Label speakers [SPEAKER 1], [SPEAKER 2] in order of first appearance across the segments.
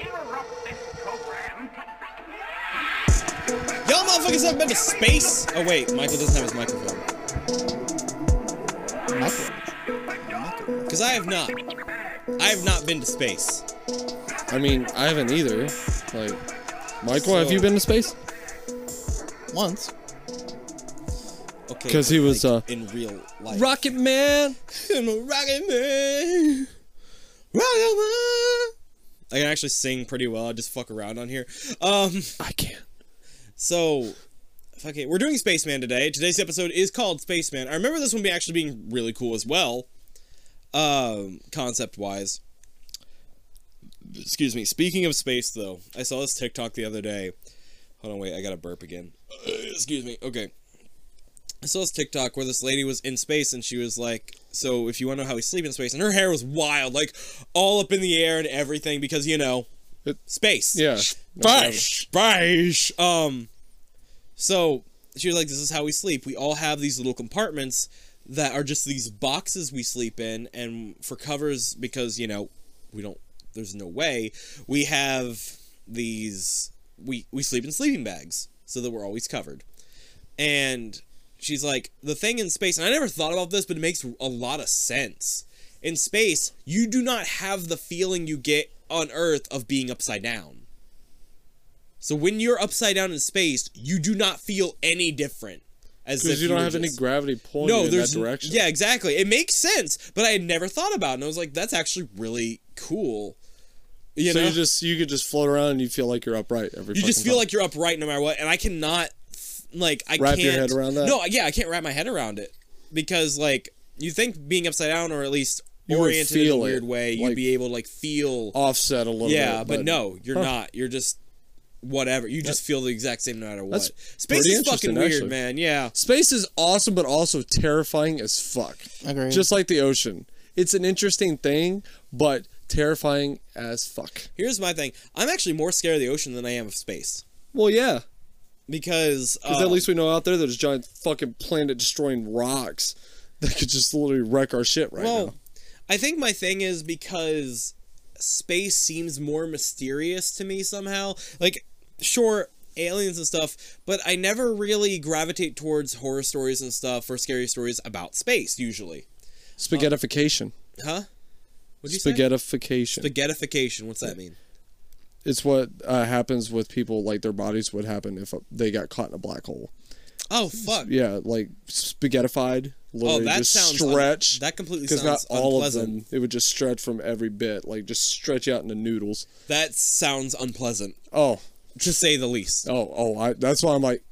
[SPEAKER 1] interrupt this program.
[SPEAKER 2] Y'all motherfuckers haven't been to space? Oh wait, Michael doesn't have his microphone.
[SPEAKER 3] Microwave.
[SPEAKER 2] Cause I have not. I have not been to space.
[SPEAKER 3] I mean, I haven't either. Like, Michael, have
[SPEAKER 2] So-
[SPEAKER 3] you been to space?
[SPEAKER 4] Once.
[SPEAKER 2] Okay.
[SPEAKER 3] 'Cause he was,
[SPEAKER 2] like,
[SPEAKER 3] uh,
[SPEAKER 2] in real life.
[SPEAKER 3] Rocket Man.
[SPEAKER 2] I'm a rocket man. Rocket man. I can actually sing pretty well. I just fuck around on here. Um.
[SPEAKER 3] I can't.
[SPEAKER 2] So, fuck it. We're doing Spaceman today. Today's episode is called Spaceman. I remember this one be actually being really cool as well, um, concept wise. Excuse me. Speaking of space, though, I saw this TikTok the other day. Hold on, wait. I got to burp again. Excuse me. Okay. I saw this TikTok where this lady was in space and she was like, "So if you want to know how we sleep in space," and her hair was wild, like all up in the air and everything, because you know,
[SPEAKER 3] It-
[SPEAKER 2] space.
[SPEAKER 3] Yeah.
[SPEAKER 2] Bash, bash. Um, so she was like, "This is how we sleep. We all have these little compartments that are just these boxes we sleep in, and for covers because you know we don't. There's no way we have these. We we sleep in sleeping bags so that we're always covered." And she's like, "The thing in space, and I never thought about this, but it makes a lot of sense." In space, you do not have the feeling you get on Earth of being upside down. So when you're upside down in space, you do not feel any different. As if
[SPEAKER 3] Because you don't
[SPEAKER 2] were
[SPEAKER 3] have any
[SPEAKER 2] just-
[SPEAKER 3] gravity pulling you
[SPEAKER 2] no,
[SPEAKER 3] in
[SPEAKER 2] there's
[SPEAKER 3] that
[SPEAKER 2] n-
[SPEAKER 3] direction.
[SPEAKER 2] Yeah, exactly. It makes sense, but I had never thought about it. And I was like, that's actually really cool. You
[SPEAKER 3] so
[SPEAKER 2] know,
[SPEAKER 3] you just you could just float around and you feel like you're upright every.
[SPEAKER 2] you just
[SPEAKER 3] fucking
[SPEAKER 2] feel
[SPEAKER 3] time.
[SPEAKER 2] like you're upright no matter what, and I cannot, like, I
[SPEAKER 3] Wrap
[SPEAKER 2] can't
[SPEAKER 3] your head around that?
[SPEAKER 2] No, yeah, I can't wrap my head around it because like you think being upside down or at least
[SPEAKER 3] You would
[SPEAKER 2] oriented in a
[SPEAKER 3] feel it,
[SPEAKER 2] weird way, you'd
[SPEAKER 3] like-
[SPEAKER 2] be able to like feel.
[SPEAKER 3] offset a little.
[SPEAKER 2] yeah,
[SPEAKER 3] bit,
[SPEAKER 2] but, no, you're
[SPEAKER 3] Huh.
[SPEAKER 2] not. You're just whatever. You just feel the exact same no matter what.
[SPEAKER 3] That's
[SPEAKER 2] Space
[SPEAKER 3] pretty
[SPEAKER 2] is fucking
[SPEAKER 3] interesting,
[SPEAKER 2] weird,
[SPEAKER 3] actually.
[SPEAKER 2] man. Yeah.
[SPEAKER 3] Space is awesome, but also terrifying as fuck.
[SPEAKER 4] Agreed.
[SPEAKER 3] Just like the ocean, it's an interesting thing, but terrifying as fuck.
[SPEAKER 2] Here's my thing. I'm actually more scared of the ocean than I am of space
[SPEAKER 3] Well, yeah,
[SPEAKER 2] because
[SPEAKER 3] because at
[SPEAKER 2] um,
[SPEAKER 3] least we know out there there's giant fucking planet destroying rocks that could just literally wreck our shit right
[SPEAKER 2] well,
[SPEAKER 3] now.
[SPEAKER 2] I think my thing is because space seems more mysterious to me somehow. Like, sure, aliens and stuff, but I never really gravitate towards horror stories and stuff or scary stories about space usually.
[SPEAKER 3] Spaghettification.
[SPEAKER 2] Huh? uh, What'd you
[SPEAKER 3] Spaghettification.
[SPEAKER 2] say? Spaghettification. What's that mean?
[SPEAKER 3] it's what uh, happens with people like their bodies would happen if uh, they got caught in a black hole.
[SPEAKER 2] Oh fuck!
[SPEAKER 3] Yeah, like spaghettified.
[SPEAKER 2] oh,
[SPEAKER 3] Literally
[SPEAKER 2] that
[SPEAKER 3] just
[SPEAKER 2] sounds un-
[SPEAKER 3] stretch.
[SPEAKER 2] that completely
[SPEAKER 3] because
[SPEAKER 2] sounds
[SPEAKER 3] not all
[SPEAKER 2] unpleasant.
[SPEAKER 3] of them. It would just stretch from every bit, like just stretch out into noodles.
[SPEAKER 2] That sounds unpleasant
[SPEAKER 3] Oh,
[SPEAKER 2] to say the least.
[SPEAKER 3] oh, oh! I, that's why I'm like,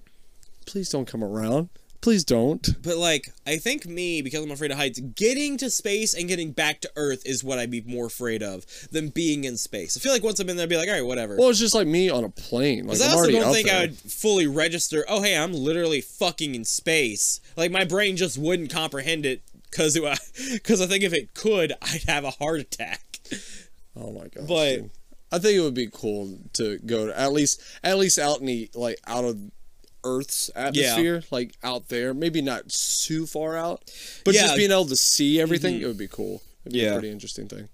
[SPEAKER 3] please don't come around. Please don't.
[SPEAKER 2] But like, I think me because I'm afraid of heights. Getting to space and getting back to Earth is what I'd be more afraid of than being in space. I feel like once I'm in there, I'd be like, all right, whatever.
[SPEAKER 3] Well, it's just like me on a plane. Like
[SPEAKER 2] Because
[SPEAKER 3] I'm
[SPEAKER 2] I also
[SPEAKER 3] already
[SPEAKER 2] don't
[SPEAKER 3] up
[SPEAKER 2] think
[SPEAKER 3] there.
[SPEAKER 2] I would fully register. Oh, hey, I'm literally fucking in space. Like my brain just wouldn't comprehend it because it because I think if it could, I'd have a heart attack.
[SPEAKER 3] Oh my god!
[SPEAKER 2] But-
[SPEAKER 3] I think it would be cool to go to at least at least out in the like out of Earth's atmosphere, like out there. Maybe not too far out, but
[SPEAKER 2] Yeah. Mm-hmm.
[SPEAKER 3] just being able to see everything, it would be cool. It'd be
[SPEAKER 2] Yeah.
[SPEAKER 3] a pretty interesting thing.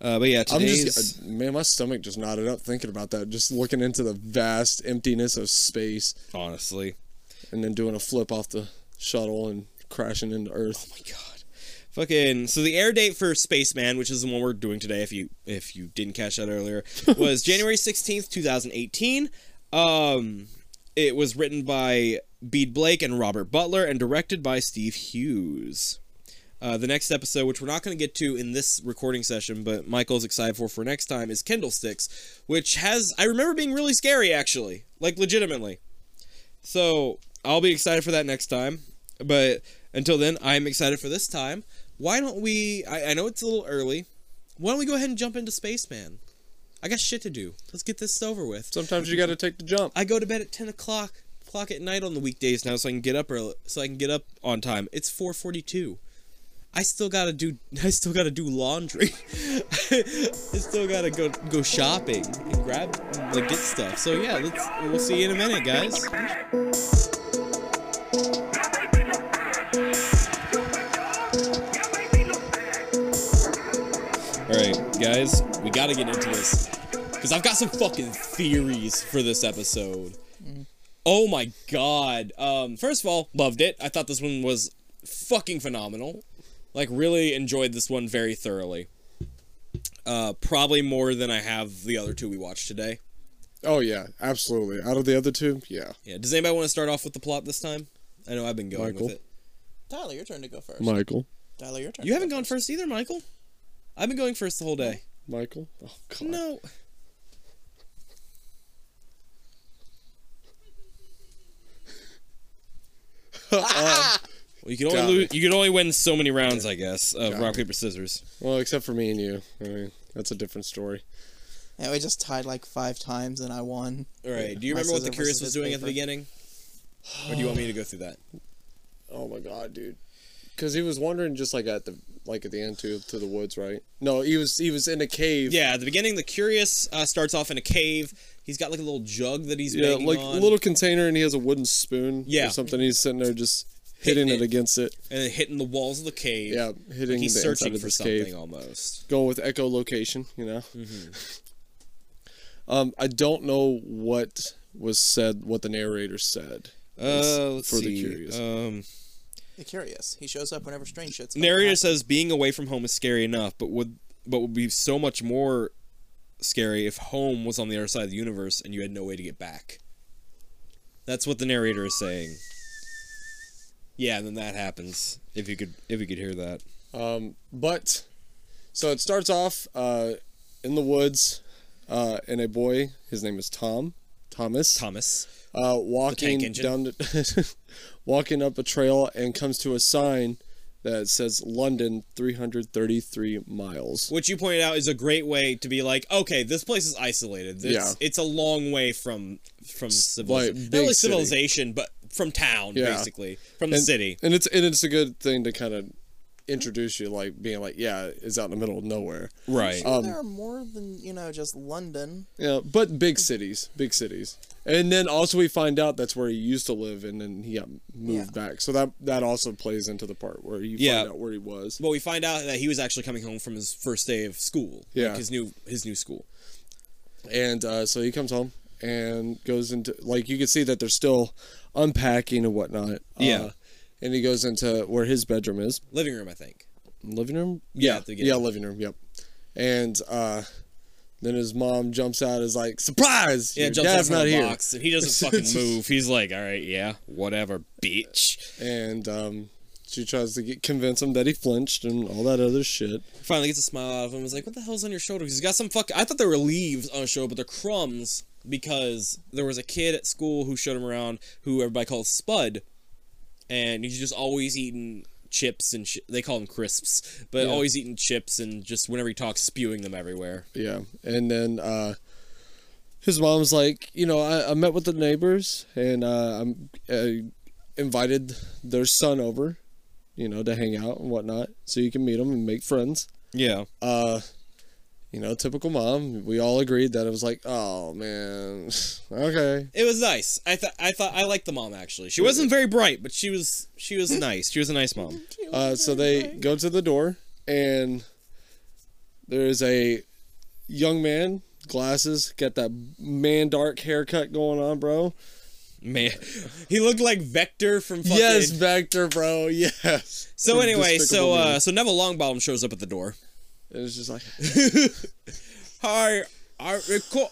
[SPEAKER 2] Uh, but yeah,
[SPEAKER 3] I'm just uh, man, my stomach just knotted up thinking about that. Just looking into the vast emptiness of space,
[SPEAKER 2] uh, honestly.
[SPEAKER 3] and then doing a flip off the shuttle and crashing into Earth.
[SPEAKER 2] Oh my god. Fucking so the air date for Spaceman, which is the one we're doing today, if you if you didn't catch that earlier, was January sixteenth, two thousand eighteen. Um it was written by Bede Blake and Robert Butler and directed by Steve Hughes. Uh, the next episode, which we're not going to get to in this recording session, but Michael's excited for for next time, is Kindle Sticks, which has I remember being really scary actually, like legitimately. So I'll be excited for that next time. But until then, I'm excited for this time. Why don't we? I, I know it's a little early. Why don't we go ahead and jump into Spaceman? I got shit to do. Let's get this over with.
[SPEAKER 3] Sometimes you got to take the jump.
[SPEAKER 2] I go to bed at ten o'clock o'clock at night on the weekdays now, so I can get up early, so I can get up on time. It's four forty two. I still gotta do. I still gotta do laundry. I still gotta go go shopping and grab like get stuff. So yeah, let's. We'll see you in a minute, guys.
[SPEAKER 1] Thank you.
[SPEAKER 2] All right, guys, we got to get into this because because I've got some fucking theories for this episode. Oh my god! Um, first of all, loved it. I thought this one was fucking phenomenal. Like, really enjoyed this one very thoroughly. Uh, probably more than I have the other two we watched today.
[SPEAKER 3] Oh yeah, absolutely. Out of the other two, yeah.
[SPEAKER 2] Yeah. Does anybody want to start off with the plot this time? I know I've been going
[SPEAKER 3] Michael?
[SPEAKER 2] with it.
[SPEAKER 4] Tyler, your turn to go first.
[SPEAKER 3] Michael.
[SPEAKER 4] Tyler, your turn.
[SPEAKER 2] You haven't gone first either, Michael. I've been going first the whole day.
[SPEAKER 3] Michael. Oh god.
[SPEAKER 2] No. Well, you can only
[SPEAKER 3] Got
[SPEAKER 2] lose,
[SPEAKER 3] it.
[SPEAKER 2] you can only win so many rounds, I guess, of rock paper scissors.
[SPEAKER 3] Well, except for me and you. I mean, that's a different story.
[SPEAKER 4] Yeah, we just tied like five times and I won.
[SPEAKER 2] All right. Do you
[SPEAKER 4] My
[SPEAKER 2] remember what the
[SPEAKER 4] scissor
[SPEAKER 2] curious
[SPEAKER 4] versus
[SPEAKER 2] was
[SPEAKER 4] his
[SPEAKER 2] doing at the
[SPEAKER 4] paper.
[SPEAKER 2] beginning? Or do you want me to go through that?
[SPEAKER 3] Oh my god, dude. Because he was wandering just like at the like at the end to to the woods, right? No, he was he was in a cave.
[SPEAKER 2] Yeah, at the beginning, the curious uh, starts off in a cave. He's got like a little jug that he's
[SPEAKER 3] Yeah,
[SPEAKER 2] making
[SPEAKER 3] like
[SPEAKER 2] on,
[SPEAKER 3] little container, and he has a wooden spoon.
[SPEAKER 2] Yeah.
[SPEAKER 3] or something. He's sitting there just
[SPEAKER 2] Hitting
[SPEAKER 3] hitting it
[SPEAKER 2] it.
[SPEAKER 3] against it.
[SPEAKER 2] and then hitting the walls of the cave.
[SPEAKER 3] Yeah, hitting
[SPEAKER 2] like he's
[SPEAKER 3] the
[SPEAKER 2] searching
[SPEAKER 3] inside of
[SPEAKER 2] for
[SPEAKER 3] this
[SPEAKER 2] something
[SPEAKER 3] cave.
[SPEAKER 2] almost.
[SPEAKER 3] Going with echolocation, you know. um, I don't know what was said, what the narrator said.
[SPEAKER 2] Uh, let's
[SPEAKER 3] for the
[SPEAKER 2] see.
[SPEAKER 3] curious.
[SPEAKER 2] Um,
[SPEAKER 4] The curious. He shows up whenever strange shit's going
[SPEAKER 2] narrator
[SPEAKER 4] on.
[SPEAKER 2] says being away from home is scary enough, but would but would be so much more scary if home was on the other side of the universe and you had no way to get back. That's what the narrator is saying. Yeah, and then that happens. If you could, if you could hear that.
[SPEAKER 3] Um, but so it starts off uh, in the woods, uh, and a boy, his name is Tom, Thomas,
[SPEAKER 2] Thomas.
[SPEAKER 3] uh, walking
[SPEAKER 2] tank engine.
[SPEAKER 3] down the, walking up a trail and comes to a sign that says London, three hundred thirty-three miles.
[SPEAKER 2] Which you pointed out is a great way to be like, okay, this place is isolated. It's,
[SPEAKER 3] Yeah.
[SPEAKER 2] it's a long way from from civilization.
[SPEAKER 3] like,
[SPEAKER 2] Not really
[SPEAKER 3] big city.
[SPEAKER 2] civilization, but from town,
[SPEAKER 3] Yeah.
[SPEAKER 2] basically. From the
[SPEAKER 3] And,
[SPEAKER 2] city.
[SPEAKER 3] and it's and it's a good thing to kind of introduce you, like being like, yeah, it's out in the middle of nowhere.
[SPEAKER 2] Right.
[SPEAKER 4] Sure, there are more than, you know, just London.
[SPEAKER 3] Yeah, but big cities, big cities. And then also we find out that's where he used to live, and then he got moved back. So that that also plays into the part where you
[SPEAKER 2] Yeah.
[SPEAKER 3] find out where he was.
[SPEAKER 2] But we find out that he was actually coming home from his first day of school.
[SPEAKER 3] Yeah.
[SPEAKER 2] Like his new his new school.
[SPEAKER 3] And uh, so he comes home and goes into like you can see that they're still unpacking and whatnot. Uh,
[SPEAKER 2] Yeah.
[SPEAKER 3] and he goes into where his bedroom is,
[SPEAKER 2] Living room, I think.
[SPEAKER 3] living room.
[SPEAKER 2] Yeah,
[SPEAKER 3] yeah,
[SPEAKER 2] at the beginning.
[SPEAKER 3] yeah, living room. Yep. And uh, then his mom jumps out, and is like, "Surprise!
[SPEAKER 2] Yeah,
[SPEAKER 3] your
[SPEAKER 2] jumps out
[SPEAKER 3] dad's
[SPEAKER 2] from
[SPEAKER 3] not
[SPEAKER 2] the
[SPEAKER 3] here."
[SPEAKER 2] box and he doesn't fucking move. He's like, All right, yeah, whatever, bitch.
[SPEAKER 3] and um, she tries to get, convince him that he flinched and all that other shit.
[SPEAKER 2] Finally gets a smile out of him. He's like, What the hell's on your shoulder? 'Cause He's got some fuck I thought they were leaves on his shoulder, but they're crumbs because there was a kid at school who showed him around who everybody calls Spud. And he's just always eating chips and sh- they call them crisps, but
[SPEAKER 3] Yeah.
[SPEAKER 2] always eating chips and just whenever he talks, spewing them everywhere.
[SPEAKER 3] Yeah, and then uh, his mom's like, you know, I, I met with the neighbors and uh, I'm uh, invited their son over, you know, to hang out and whatnot, so you can meet him and make friends.
[SPEAKER 2] Yeah.
[SPEAKER 3] Uh, you know, typical mom. We all agreed that it was like, oh man, okay,
[SPEAKER 2] It was nice. I thought I thought I liked the mom actually. She wasn't very bright, but she was she was nice. She was a nice mom.
[SPEAKER 3] Uh, so they go to the door, and there is a young man, glasses, got that man dark haircut going on, bro.
[SPEAKER 2] Man, he looked like Vector from fucking.
[SPEAKER 3] Yes, Vector, bro. Yes.
[SPEAKER 2] So
[SPEAKER 3] From
[SPEAKER 2] anyway, so
[SPEAKER 3] Despicable
[SPEAKER 2] uh,
[SPEAKER 3] Me.
[SPEAKER 2] so Neville Longbottom shows up at the door.
[SPEAKER 3] And it's just like
[SPEAKER 2] Hi, I they call.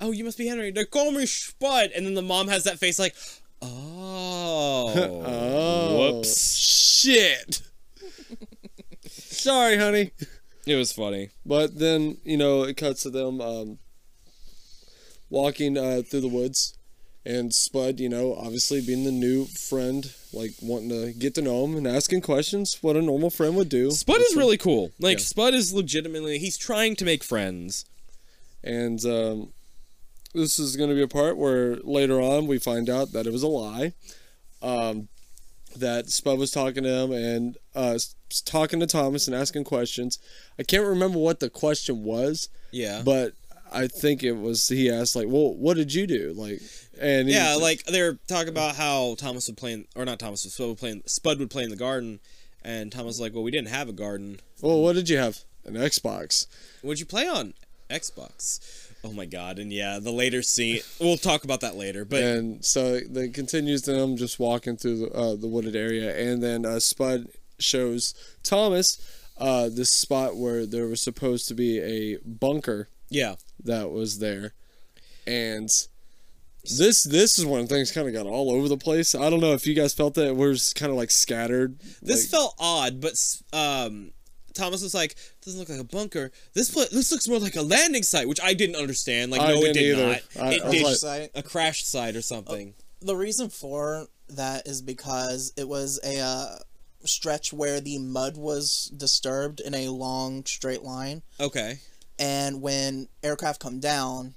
[SPEAKER 2] Oh, you must be Henry. They call me Spud, and then the mom has that face like, oh,
[SPEAKER 3] oh,
[SPEAKER 2] whoops.
[SPEAKER 3] shit. Sorry, honey.
[SPEAKER 2] It was funny.
[SPEAKER 3] But then you know it cuts to them um, walking uh, through the woods, and Spud, you know, obviously being the new friend, like wanting to get to know him and asking questions, what a normal friend would do.
[SPEAKER 2] Spud is really cool. Like
[SPEAKER 3] Yeah.
[SPEAKER 2] Spud is legitimately he's trying to make friends.
[SPEAKER 3] And um, this is going to be a part where later on we find out that it was a lie. Um, that Spud was talking to him and uh, s- talking to Thomas and asking questions. I can't remember what the question was.
[SPEAKER 2] Yeah.
[SPEAKER 3] but I think it was he asked like, "Well, what did you do?" Like, and he-
[SPEAKER 2] Yeah, like they were talking about how Thomas would play, in, or not Thomas, Spud would play, in, Spud would play in the garden, and Thomas was like, "Well, we didn't have a garden.
[SPEAKER 3] well, what did you have? An Xbox.
[SPEAKER 2] What'd you play on? Xbox." Oh my god! And yeah, the later scene. We'll talk about that later. But
[SPEAKER 3] and so they continues them just walking through the, uh, the wooded area, and then uh, Spud shows Thomas uh, this spot where there was supposed to be a bunker
[SPEAKER 2] yeah,
[SPEAKER 3] that was there, and this this is when things kind of got all over the place. I don't know if you guys felt that we're just kind of like scattered.
[SPEAKER 2] this
[SPEAKER 3] like-
[SPEAKER 2] felt odd. But s- um, Thomas was like, "Doesn't look like a bunker. This pla- this looks more like a landing site," which I didn't understand. Like,
[SPEAKER 3] I
[SPEAKER 2] no, it
[SPEAKER 3] didn't
[SPEAKER 2] did
[SPEAKER 3] either.
[SPEAKER 2] not.
[SPEAKER 3] I-
[SPEAKER 2] it
[SPEAKER 3] I
[SPEAKER 2] did
[SPEAKER 3] was
[SPEAKER 4] like-
[SPEAKER 2] a crash site or something.
[SPEAKER 4] The reason for that is because it was a uh, stretch where the mud was disturbed in a long straight line,
[SPEAKER 2] Okay.
[SPEAKER 4] and when aircraft come down,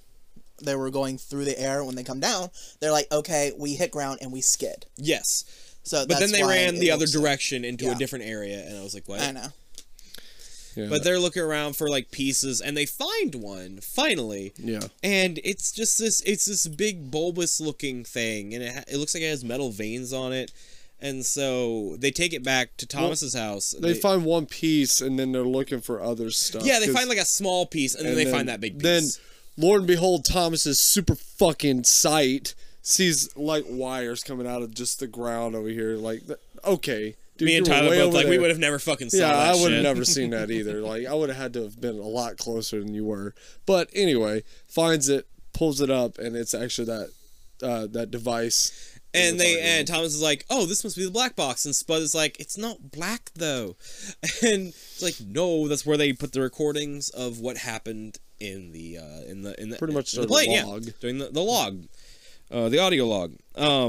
[SPEAKER 4] they were going through the air. When they come down, they're like, okay, we hit ground and we skid.
[SPEAKER 2] Yes.
[SPEAKER 4] So,
[SPEAKER 2] But
[SPEAKER 4] that's
[SPEAKER 2] then they
[SPEAKER 4] why
[SPEAKER 2] ran
[SPEAKER 4] it
[SPEAKER 2] the other
[SPEAKER 4] looks-
[SPEAKER 2] direction into a
[SPEAKER 4] Yeah.
[SPEAKER 2] different area, and I was like, "What?"
[SPEAKER 4] I know.
[SPEAKER 3] yeah,
[SPEAKER 2] But they're looking around for like pieces, and they find one finally.
[SPEAKER 3] yeah.
[SPEAKER 2] and it's just this it's this big bulbous looking thing and it, ha- it looks like it has metal veins on it and so they take it back to thomas's house and
[SPEAKER 3] They find one piece and then they're looking for other stuff.
[SPEAKER 2] yeah they
[SPEAKER 3] 'cause-
[SPEAKER 2] find like a small piece and, then they find that big piece
[SPEAKER 3] Then, Lord and behold, Thomas's super fucking sight sees like wires coming out of just the ground over here. Like, th- okay, dude,
[SPEAKER 2] me and
[SPEAKER 3] you were
[SPEAKER 2] tyler
[SPEAKER 3] way
[SPEAKER 2] both
[SPEAKER 3] over
[SPEAKER 2] like we
[SPEAKER 3] there.
[SPEAKER 2] would have never fucking saw
[SPEAKER 3] Yeah,
[SPEAKER 2] that
[SPEAKER 3] I would
[SPEAKER 2] shit.
[SPEAKER 3] have never seen that either. Like, I would have had to have been a lot closer than you were. But anyway, finds it, pulls it up, and it's actually that uh, that device. that
[SPEAKER 2] and
[SPEAKER 3] we're
[SPEAKER 2] they
[SPEAKER 3] talking
[SPEAKER 2] and thomas is like oh this must be the black box and spud is like it's not black though and it's like no that's where they put the recordings of what happened in the uh in the in the
[SPEAKER 3] Pretty much
[SPEAKER 2] in the
[SPEAKER 3] the
[SPEAKER 2] plane, yeah
[SPEAKER 3] log.
[SPEAKER 2] during the, the log uh the audio log um
[SPEAKER 3] about.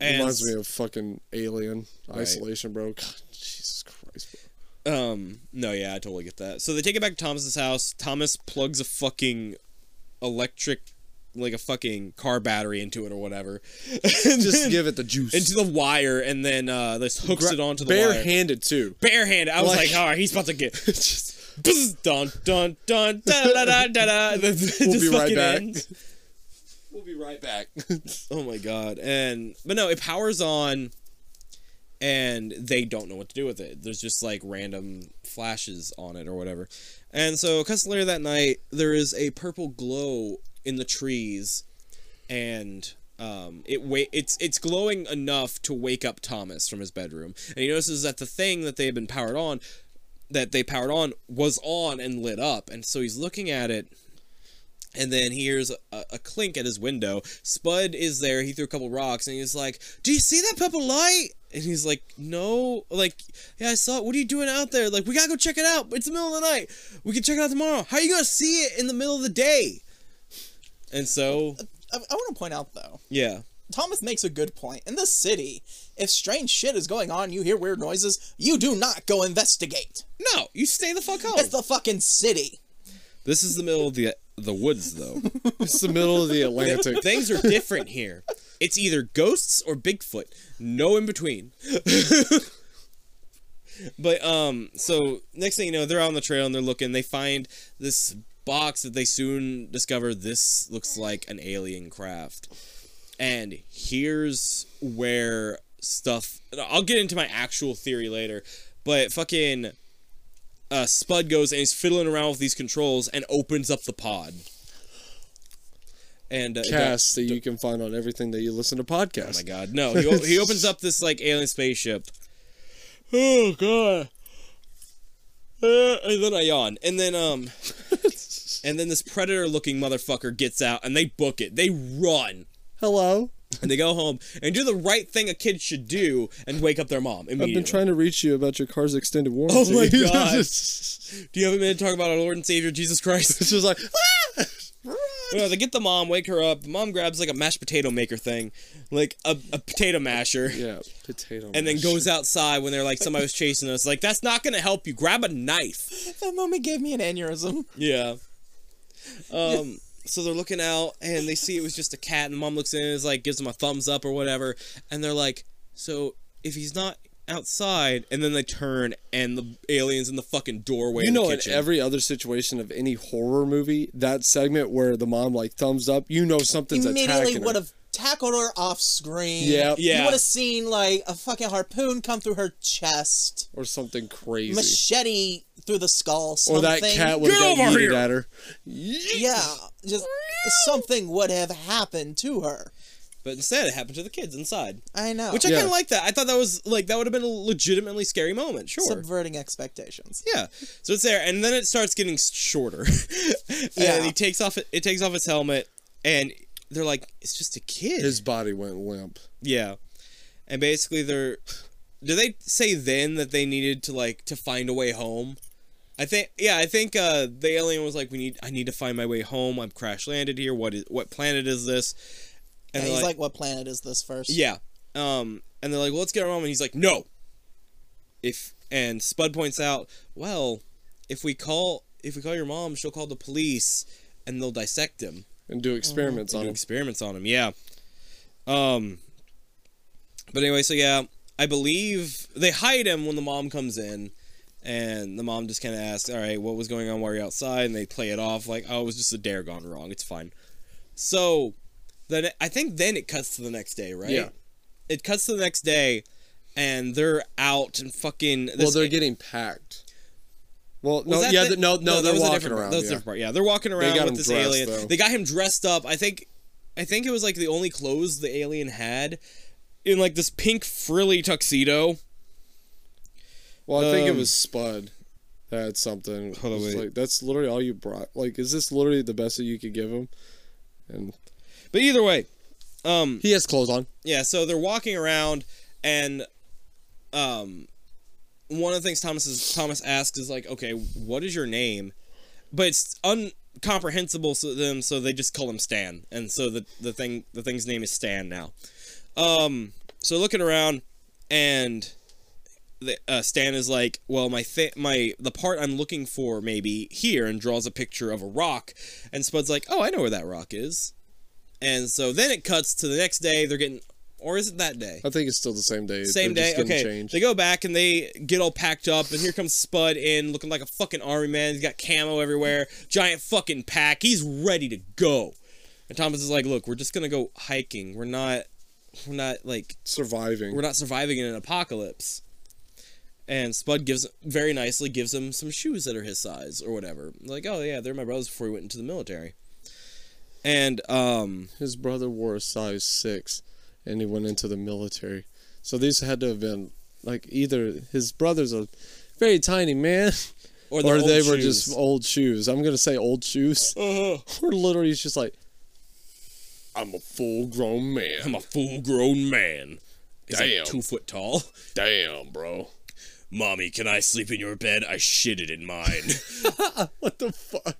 [SPEAKER 2] and
[SPEAKER 3] reminds me of fucking Alien
[SPEAKER 2] Right.
[SPEAKER 3] Isolation, bro. God, Jesus Christ, bro.
[SPEAKER 2] Um, no, yeah, I totally get that. So they take it back to Thomas's house. Thomas plugs a fucking electric, like a fucking car battery into it or whatever, and
[SPEAKER 3] Just
[SPEAKER 2] then-
[SPEAKER 3] give it the juice.
[SPEAKER 2] into the wire, and then uh, this hooks
[SPEAKER 3] Gra-
[SPEAKER 2] it onto the wire.
[SPEAKER 3] barehanded too.
[SPEAKER 2] Barehanded. I was like,
[SPEAKER 3] Like-
[SPEAKER 2] all right, he's about to get.
[SPEAKER 3] Just-
[SPEAKER 2] Bzz, dun dun dun da da da da da. We'll
[SPEAKER 3] We'll be right back.
[SPEAKER 2] Ends.
[SPEAKER 3] We'll be right back.
[SPEAKER 2] Oh my god. And but no, it powers on and they don't know what to do with it. There's just like random flashes on it or whatever. And so cuts later that night, there is a purple glow in the trees and um, it wa- it's it's glowing enough to wake up Thomas from his bedroom. And he notices that the thing that they had been powered on that they powered on was on and lit up. And so he's looking at it and then he hears a, a clink at his window. Spud is there. He threw a couple rocks, and he's like, "Do you see that purple light?" And he's like, "No." Like, "Yeah, I saw it. What are you doing out there?" Like, "We gotta go check it out. It's the middle of the night. We can check it out tomorrow. How are you gonna see it in the middle of the day?" And so,
[SPEAKER 4] I, I want to point out though,
[SPEAKER 2] yeah,
[SPEAKER 4] Thomas makes a good point. In the city, if strange shit is going on, you hear weird noises, you do not go investigate.
[SPEAKER 2] no, you stay the fuck home.
[SPEAKER 4] It's the fucking city.
[SPEAKER 2] This is the middle of the the woods, though.
[SPEAKER 3] it's the middle of the Atlantic.
[SPEAKER 2] Things are different here. It's either ghosts or Bigfoot. No in between. but um so next thing you know, they're out on the trail and they're looking, they find this box that they soon discover this looks like an alien craft. And here's where stuff I'll get into my actual theory later, but fucking uh, Spud goes and he's fiddling around with these controls and opens up the pod. And uh,
[SPEAKER 3] Cast that you can find on everything that you listen to
[SPEAKER 2] Oh my
[SPEAKER 3] podcasts.
[SPEAKER 2] god, no! He, o- he opens up this like alien spaceship. Oh god! Uh, and then I yawn, and then um, and then this predator-looking motherfucker gets out, and they book it. They run,
[SPEAKER 3] Hello,
[SPEAKER 2] and they go home and do the right thing a kid should do, and wake up their mom
[SPEAKER 3] I've
[SPEAKER 2] immediately.
[SPEAKER 3] been trying to reach you about your car's extended
[SPEAKER 2] Oh
[SPEAKER 3] warranty.
[SPEAKER 2] my God.
[SPEAKER 3] it's
[SPEAKER 2] Do you have a minute to talk about our Lord and Savior Jesus Christ?
[SPEAKER 3] just like "Ah,
[SPEAKER 2] No, they get the mom, wake her up. The mom grabs like a mashed potato maker thing, like a, a potato masher.
[SPEAKER 3] yeah, potato.
[SPEAKER 2] and then
[SPEAKER 3] mash.
[SPEAKER 2] goes outside when they're like somebody was chasing us. Like that's not gonna help you. Grab a knife.
[SPEAKER 4] That moment gave me an aneurysm.
[SPEAKER 2] Yeah. Um. So they're looking out and they see it was just a cat. And mom looks in and is like gives them a thumbs up or whatever. And they're like, so if he's not outside, and then they turn and the aliens in the fucking doorway.
[SPEAKER 3] You
[SPEAKER 2] in the
[SPEAKER 3] know, in
[SPEAKER 2] kitchen.
[SPEAKER 3] every other situation of any horror movie, that segment where the mom like thumbs up, you know something's
[SPEAKER 4] Immediately
[SPEAKER 3] attacking.
[SPEAKER 4] would
[SPEAKER 3] Her.
[SPEAKER 4] have tackled her off screen.
[SPEAKER 3] Yep.
[SPEAKER 2] Yeah.
[SPEAKER 4] You would have seen like a fucking harpoon come through her chest,
[SPEAKER 3] Or something crazy.
[SPEAKER 4] machete through the skull. Something.
[SPEAKER 3] Or that cat would
[SPEAKER 2] Get
[SPEAKER 3] have got
[SPEAKER 2] over
[SPEAKER 3] yeeted
[SPEAKER 2] here!
[SPEAKER 3] at her.
[SPEAKER 4] Yeah, just something would have happened to her.
[SPEAKER 2] But instead, it happened to the kids inside,
[SPEAKER 4] I know.
[SPEAKER 2] which I
[SPEAKER 3] Yeah.
[SPEAKER 2] kind of like that. I thought that was like that would have been a legitimately scary moment. Sure.
[SPEAKER 4] subverting expectations.
[SPEAKER 2] Yeah. So it's there, and then it starts getting s- shorter. and
[SPEAKER 4] Yeah.
[SPEAKER 2] He takes off. It takes off his helmet, and they're like, "It's just a kid."
[SPEAKER 3] His body went limp.
[SPEAKER 2] yeah. And basically, they're. Do they say then that they needed to like to find a way home? I think yeah, I think uh, the alien was like, "We need. I need to find my way home. I'm crash landed here. What is what planet is this?"
[SPEAKER 4] And
[SPEAKER 2] they're
[SPEAKER 4] he's like, "What planet is this first?
[SPEAKER 2] Yeah. Um, and they're like, well, let's get our mom. And he's like, no. If and Spud points out, well, if we call if we call your mom, she'll call the police and they'll dissect him,
[SPEAKER 3] And do experiments
[SPEAKER 2] do
[SPEAKER 3] on him.
[SPEAKER 2] experiments
[SPEAKER 3] Mm-hmm.
[SPEAKER 2] on him. Yeah. Um. But anyway, so yeah, I believe they hide him when the mom comes in. And the mom just kind of asks, "All right, what was going on while you're outside?" And they play it off like, "Oh, it was just a dare gone wrong. It's fine." So, then I think then it cuts to the next day, right?
[SPEAKER 3] Yeah.
[SPEAKER 2] it cuts to the next day and they're out and fucking
[SPEAKER 3] Well,
[SPEAKER 2] this-
[SPEAKER 3] they're getting packed. Well,
[SPEAKER 2] was
[SPEAKER 3] no,
[SPEAKER 2] that
[SPEAKER 3] yeah,
[SPEAKER 2] the-
[SPEAKER 3] th- no, no,
[SPEAKER 2] that
[SPEAKER 3] they're
[SPEAKER 2] was a
[SPEAKER 3] walking
[SPEAKER 2] different part.
[SPEAKER 3] around.
[SPEAKER 2] That was a
[SPEAKER 3] yeah.
[SPEAKER 2] different part. Yeah, they're walking around
[SPEAKER 3] got
[SPEAKER 2] with
[SPEAKER 3] him
[SPEAKER 2] this
[SPEAKER 3] dressed,
[SPEAKER 2] alien.
[SPEAKER 3] though.
[SPEAKER 2] They got him dressed up. I think, I think it was like the only clothes the alien had, in like this pink frilly tuxedo.
[SPEAKER 3] Well, I think
[SPEAKER 2] Um,
[SPEAKER 3] it was Spud. That's something.
[SPEAKER 2] Hold on,
[SPEAKER 3] It was
[SPEAKER 2] wait.
[SPEAKER 3] like that's literally all you brought. Like, is this literally the best that you could give him? And
[SPEAKER 2] But either way, um,
[SPEAKER 3] he has clothes on.
[SPEAKER 2] Yeah, so they're walking around, and um, one of the things Thomas is, Thomas asks is like, "Okay, what is your name?" But it's uncomprehensible to them, so they just call him Stan, and so the the thing the thing's name is Stan now. Um, so looking around, and the, uh, Stan is like, "Well, my th- my the part I'm looking for maybe here," and draws a picture of a rock, and Spud's like, "Oh, I know where that rock is." And so then it cuts to the next day. They're getting, or is it that day?
[SPEAKER 3] I think it's still the same day.
[SPEAKER 2] Same
[SPEAKER 3] They're
[SPEAKER 2] day.
[SPEAKER 3] just getting
[SPEAKER 2] Okay.
[SPEAKER 3] changed.
[SPEAKER 2] They go back and they get all packed up, and here comes Spud in, looking like a fucking army man. He's got camo everywhere, giant fucking pack. He's ready to go. And Thomas is like, "Look, we're just gonna go hiking. We're not, we're not like
[SPEAKER 3] surviving.
[SPEAKER 2] we're not surviving in an apocalypse. And Spud gives very nicely gives him some shoes that are his size or whatever. Like, oh yeah, they're my brothers before he went into the military. And um
[SPEAKER 3] His brother wore a size six, and he went into the military. So these had to have been like either his brother's a very tiny man,
[SPEAKER 2] or,
[SPEAKER 3] or
[SPEAKER 2] old
[SPEAKER 3] they were
[SPEAKER 2] shoes.
[SPEAKER 3] just old shoes. Uh-huh. I'm gonna say old shoes. Or literally, he's just like, I'm a full grown man.
[SPEAKER 2] I'm a full grown man. He's
[SPEAKER 3] Damn.
[SPEAKER 2] like two foot tall.
[SPEAKER 3] Damn, bro.
[SPEAKER 2] Mommy, can I sleep in your bed? I shitted in mine.
[SPEAKER 3] What the fuck?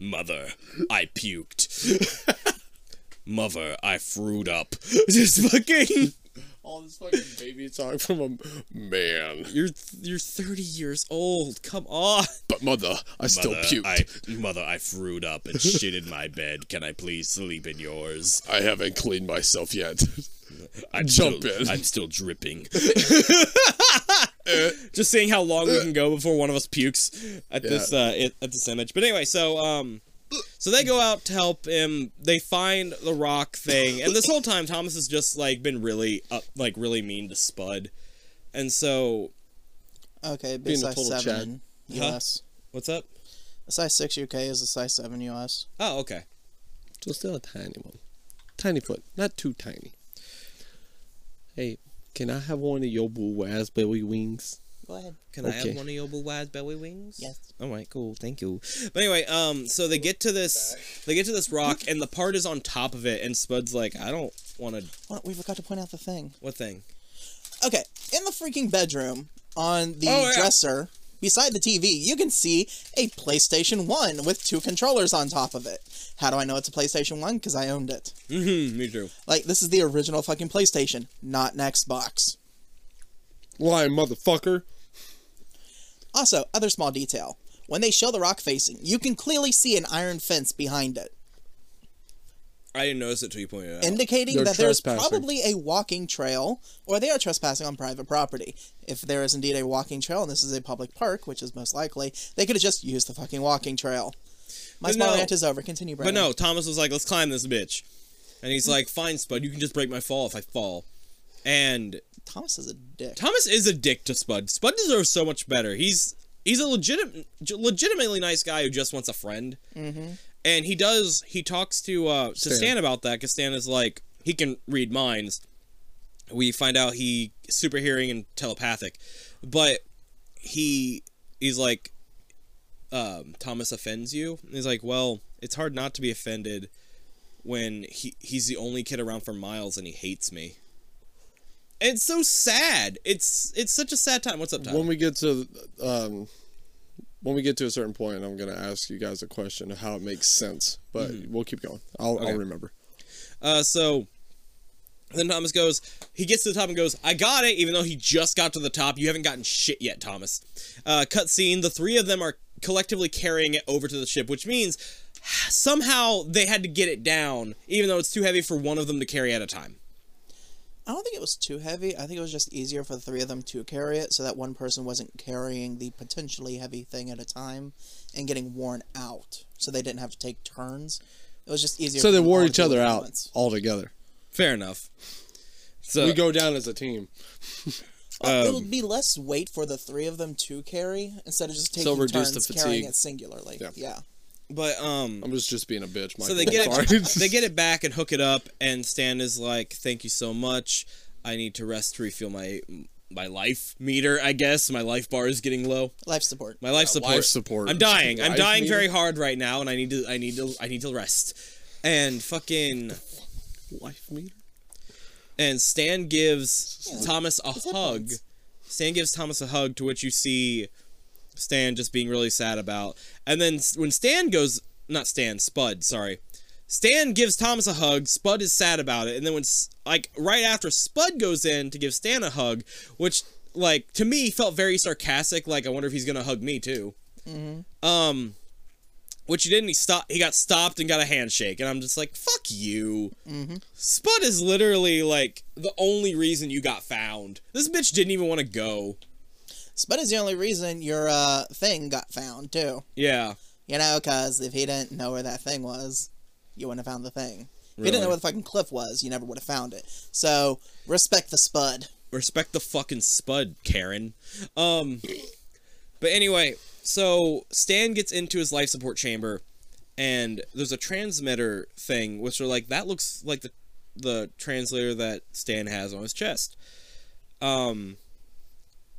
[SPEAKER 2] Mother, I puked. Mother, I frued up. Just fucking
[SPEAKER 3] All this fucking baby talk from a man.
[SPEAKER 2] You're you're thirty years old. Come on.
[SPEAKER 3] But mother, I still
[SPEAKER 2] Mother,
[SPEAKER 3] puked.
[SPEAKER 2] I, mother, I frued up and shit in my bed. Can I please sleep in yours?
[SPEAKER 3] I haven't cleaned myself yet.
[SPEAKER 2] I'm
[SPEAKER 3] Jump
[SPEAKER 2] still,
[SPEAKER 3] in.
[SPEAKER 2] I'm still dripping. Just seeing how long we can go before one of us pukes at this uh, it, at this image. But anyway, so um, so they go out to help him. They find the rock thing, and this whole time Thomas has just like been really up, like really mean to Spud, and so
[SPEAKER 4] Okay, it'd be
[SPEAKER 3] Being a
[SPEAKER 4] size
[SPEAKER 3] total
[SPEAKER 4] seven in
[SPEAKER 2] Huh?
[SPEAKER 4] US.
[SPEAKER 2] what's up?
[SPEAKER 4] A size six UK is a size seven US.
[SPEAKER 2] Oh, okay.
[SPEAKER 3] So still a tiny one. Tiny foot. Not too tiny. Hey, can I have one of your blue raspberry wings?
[SPEAKER 4] Go ahead.
[SPEAKER 2] Can I
[SPEAKER 3] Okay.
[SPEAKER 2] have one of your blue eyes belly wings?
[SPEAKER 4] Yes.
[SPEAKER 2] All right, cool. Thank you. But anyway, um, so they get to this, they get to this rock, and the part is on top of it, and Spud's like, I don't want to.
[SPEAKER 4] What, we forgot to point out the thing.
[SPEAKER 2] What thing?
[SPEAKER 4] Okay, in the freaking bedroom on the
[SPEAKER 2] Oh, yeah.
[SPEAKER 4] dresser beside the TV, you can see a PlayStation 1 with two controllers on top of it. How do I know it's a PlayStation 1? Because I owned it.
[SPEAKER 2] Mm-hmm. Me too.
[SPEAKER 4] Like, this is the original fucking PlayStation, not an Xbox.
[SPEAKER 3] Lying motherfucker.
[SPEAKER 4] Also, other small detail. When they show the rock facing, you can clearly see an iron fence behind it,
[SPEAKER 2] I didn't notice it till you pointed it out.
[SPEAKER 4] indicating
[SPEAKER 3] They're
[SPEAKER 4] that there's
[SPEAKER 3] trespassing.
[SPEAKER 4] probably a walking trail, or they are trespassing on private property. If there is indeed a walking trail, and this is a public park, which is most likely, they could have just used the fucking walking trail. My
[SPEAKER 2] But
[SPEAKER 4] small
[SPEAKER 2] no.
[SPEAKER 4] rant is over. Continue,
[SPEAKER 2] but
[SPEAKER 4] Brandon.
[SPEAKER 2] no, Thomas was like, let's climb this bitch, and he's like, fine, Spud, you can just break my fall if I fall. And
[SPEAKER 4] Thomas is a dick.
[SPEAKER 2] Thomas is a dick to Spud. Spud deserves so much better. He's he's a legitimate, legitimately nice guy who just wants a friend. Mm-hmm. And he does. He talks to uh, to
[SPEAKER 3] Stan.
[SPEAKER 2] Stan about that because Stan is like he can read minds. We find out he super hearing and telepathic, but he he's like um, Thomas offends you. And he's like, well, it's hard not to be offended when he he's the only kid around for miles and he hates me. And It's so sad. It's it's such a sad time. What's up, Tyler?
[SPEAKER 3] When we get to um, when we get to a certain point, I'm gonna ask you guys a question of how it makes sense. But we'll keep going. I'll,
[SPEAKER 2] Mm-hmm. Okay.
[SPEAKER 3] I'll remember.
[SPEAKER 2] Uh, so then Thomas goes, he gets to the top and goes, I got it, even though he just got to the top. You haven't gotten shit yet, Thomas. Uh, cutscene, the three of them are collectively carrying it over to the ship, which means somehow they had to get it down, even though it's too heavy for one of them to carry at a time.
[SPEAKER 4] I don't think it was too heavy. I think it was just easier for the three of them to carry it so that one person wasn't carrying the potentially heavy thing at a time and getting worn out. So they didn't have to take turns. It was just easier.
[SPEAKER 3] So
[SPEAKER 4] for
[SPEAKER 3] they
[SPEAKER 4] them
[SPEAKER 3] wore
[SPEAKER 4] all
[SPEAKER 3] each
[SPEAKER 4] to do
[SPEAKER 3] other
[SPEAKER 4] it at
[SPEAKER 3] out
[SPEAKER 4] once.
[SPEAKER 3] all together.
[SPEAKER 2] Fair enough. So
[SPEAKER 3] we go down as a team.
[SPEAKER 4] Well, it'll be less weight for the three of them to carry instead of just taking
[SPEAKER 3] reduce
[SPEAKER 4] turns
[SPEAKER 3] the
[SPEAKER 4] carrying
[SPEAKER 3] fatigue.
[SPEAKER 4] it singularly.
[SPEAKER 3] Yeah.
[SPEAKER 4] Yeah.
[SPEAKER 2] but um
[SPEAKER 3] I'm just just being a bitch. Michael.
[SPEAKER 2] so they get
[SPEAKER 3] I'm
[SPEAKER 2] it
[SPEAKER 3] sorry.
[SPEAKER 2] they get it back and hook it up and Stan is like thank you so much I need to rest to refuel my my life meter I guess my life bar is getting low
[SPEAKER 4] Life support.
[SPEAKER 2] my life support
[SPEAKER 3] Uh, life support.
[SPEAKER 2] I'm dying I'm
[SPEAKER 3] Life
[SPEAKER 2] dying
[SPEAKER 3] meter?
[SPEAKER 2] very hard right now and I need to I need to I need to rest and fucking
[SPEAKER 3] life meter.
[SPEAKER 2] and Stan gives Thomas a
[SPEAKER 4] that
[SPEAKER 2] hug.
[SPEAKER 4] bugs?
[SPEAKER 2] Stan gives Thomas a hug, to which you see Stan just being really sad about. And then s- when Stan goes, not Stan, Spud, sorry. Stan gives Thomas a hug. Spud is sad about it. And then when, s- like, right after Spud goes in to give Stan a hug, which, like, to me felt very sarcastic. Like, I wonder if he's gonna hug me too. Um, which he didn't. He stopped. He got stopped and got a handshake. And I'm just like, fuck you. Spud is literally like the only reason you got found. This bitch didn't even want to go.
[SPEAKER 4] Spud is the only reason your uh, thing got found, too.
[SPEAKER 2] Yeah.
[SPEAKER 4] You know, because if he didn't know where that thing was, you wouldn't have found the thing. If you
[SPEAKER 2] Really?
[SPEAKER 4] didn't know where the fucking cliff was, you never would have found it. So, respect the Spud.
[SPEAKER 2] Respect the fucking Spud, Karen. Um But anyway, so Stan gets into his life support chamber and there's a transmitter thing which are like that looks like the the translator that Stan has on his chest. Um